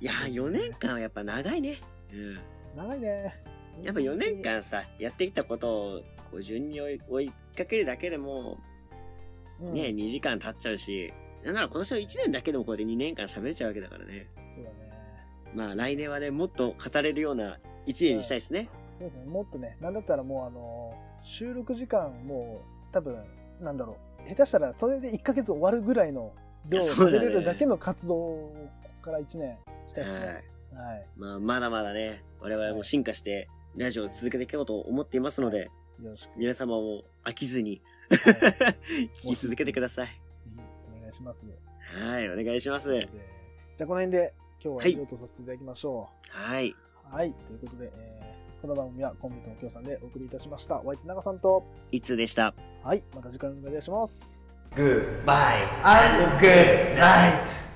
[SPEAKER 2] い、やー、4年間はやっぱ長いね。うん。
[SPEAKER 1] 長いね
[SPEAKER 2] やっぱ4年間さ、やってきたことを、こう、順に追い追いかけるだけでも、
[SPEAKER 1] うん
[SPEAKER 2] ね、2時間経っちゃうし、なんなら今年の1年だけでもこれで2年間喋れちゃうわけだからね。
[SPEAKER 1] そうだね
[SPEAKER 2] まあ、来年はね、もっと語れるような1年にしたいですね。
[SPEAKER 1] そうですねもっとねなんだったらもうあの収録時間もう多分なんだろう下手したらそれで1ヶ月終わるぐらいの量を
[SPEAKER 2] そう
[SPEAKER 1] 取
[SPEAKER 2] だね
[SPEAKER 1] れるだけの活動をここから1年したいです
[SPEAKER 2] はい
[SPEAKER 1] ね。はい
[SPEAKER 2] まあ、まだまだね、我々も進化して、ラジオを続けていこうと思っていますので、
[SPEAKER 1] よろしく
[SPEAKER 2] 皆様も飽きずに、
[SPEAKER 1] はい
[SPEAKER 2] 聞き続けてください。
[SPEAKER 1] お願いします
[SPEAKER 2] はい、お願いします。
[SPEAKER 1] じゃあこの辺で今日は以上とさせていただきましょ
[SPEAKER 2] はい。
[SPEAKER 1] う。はい、ということで、えーこの番組はコンビとの協賛でお送りいたしました。お相手長さんと、
[SPEAKER 2] いつでした。
[SPEAKER 1] はい、また次回のお願いします。
[SPEAKER 3] Goodbye and good night.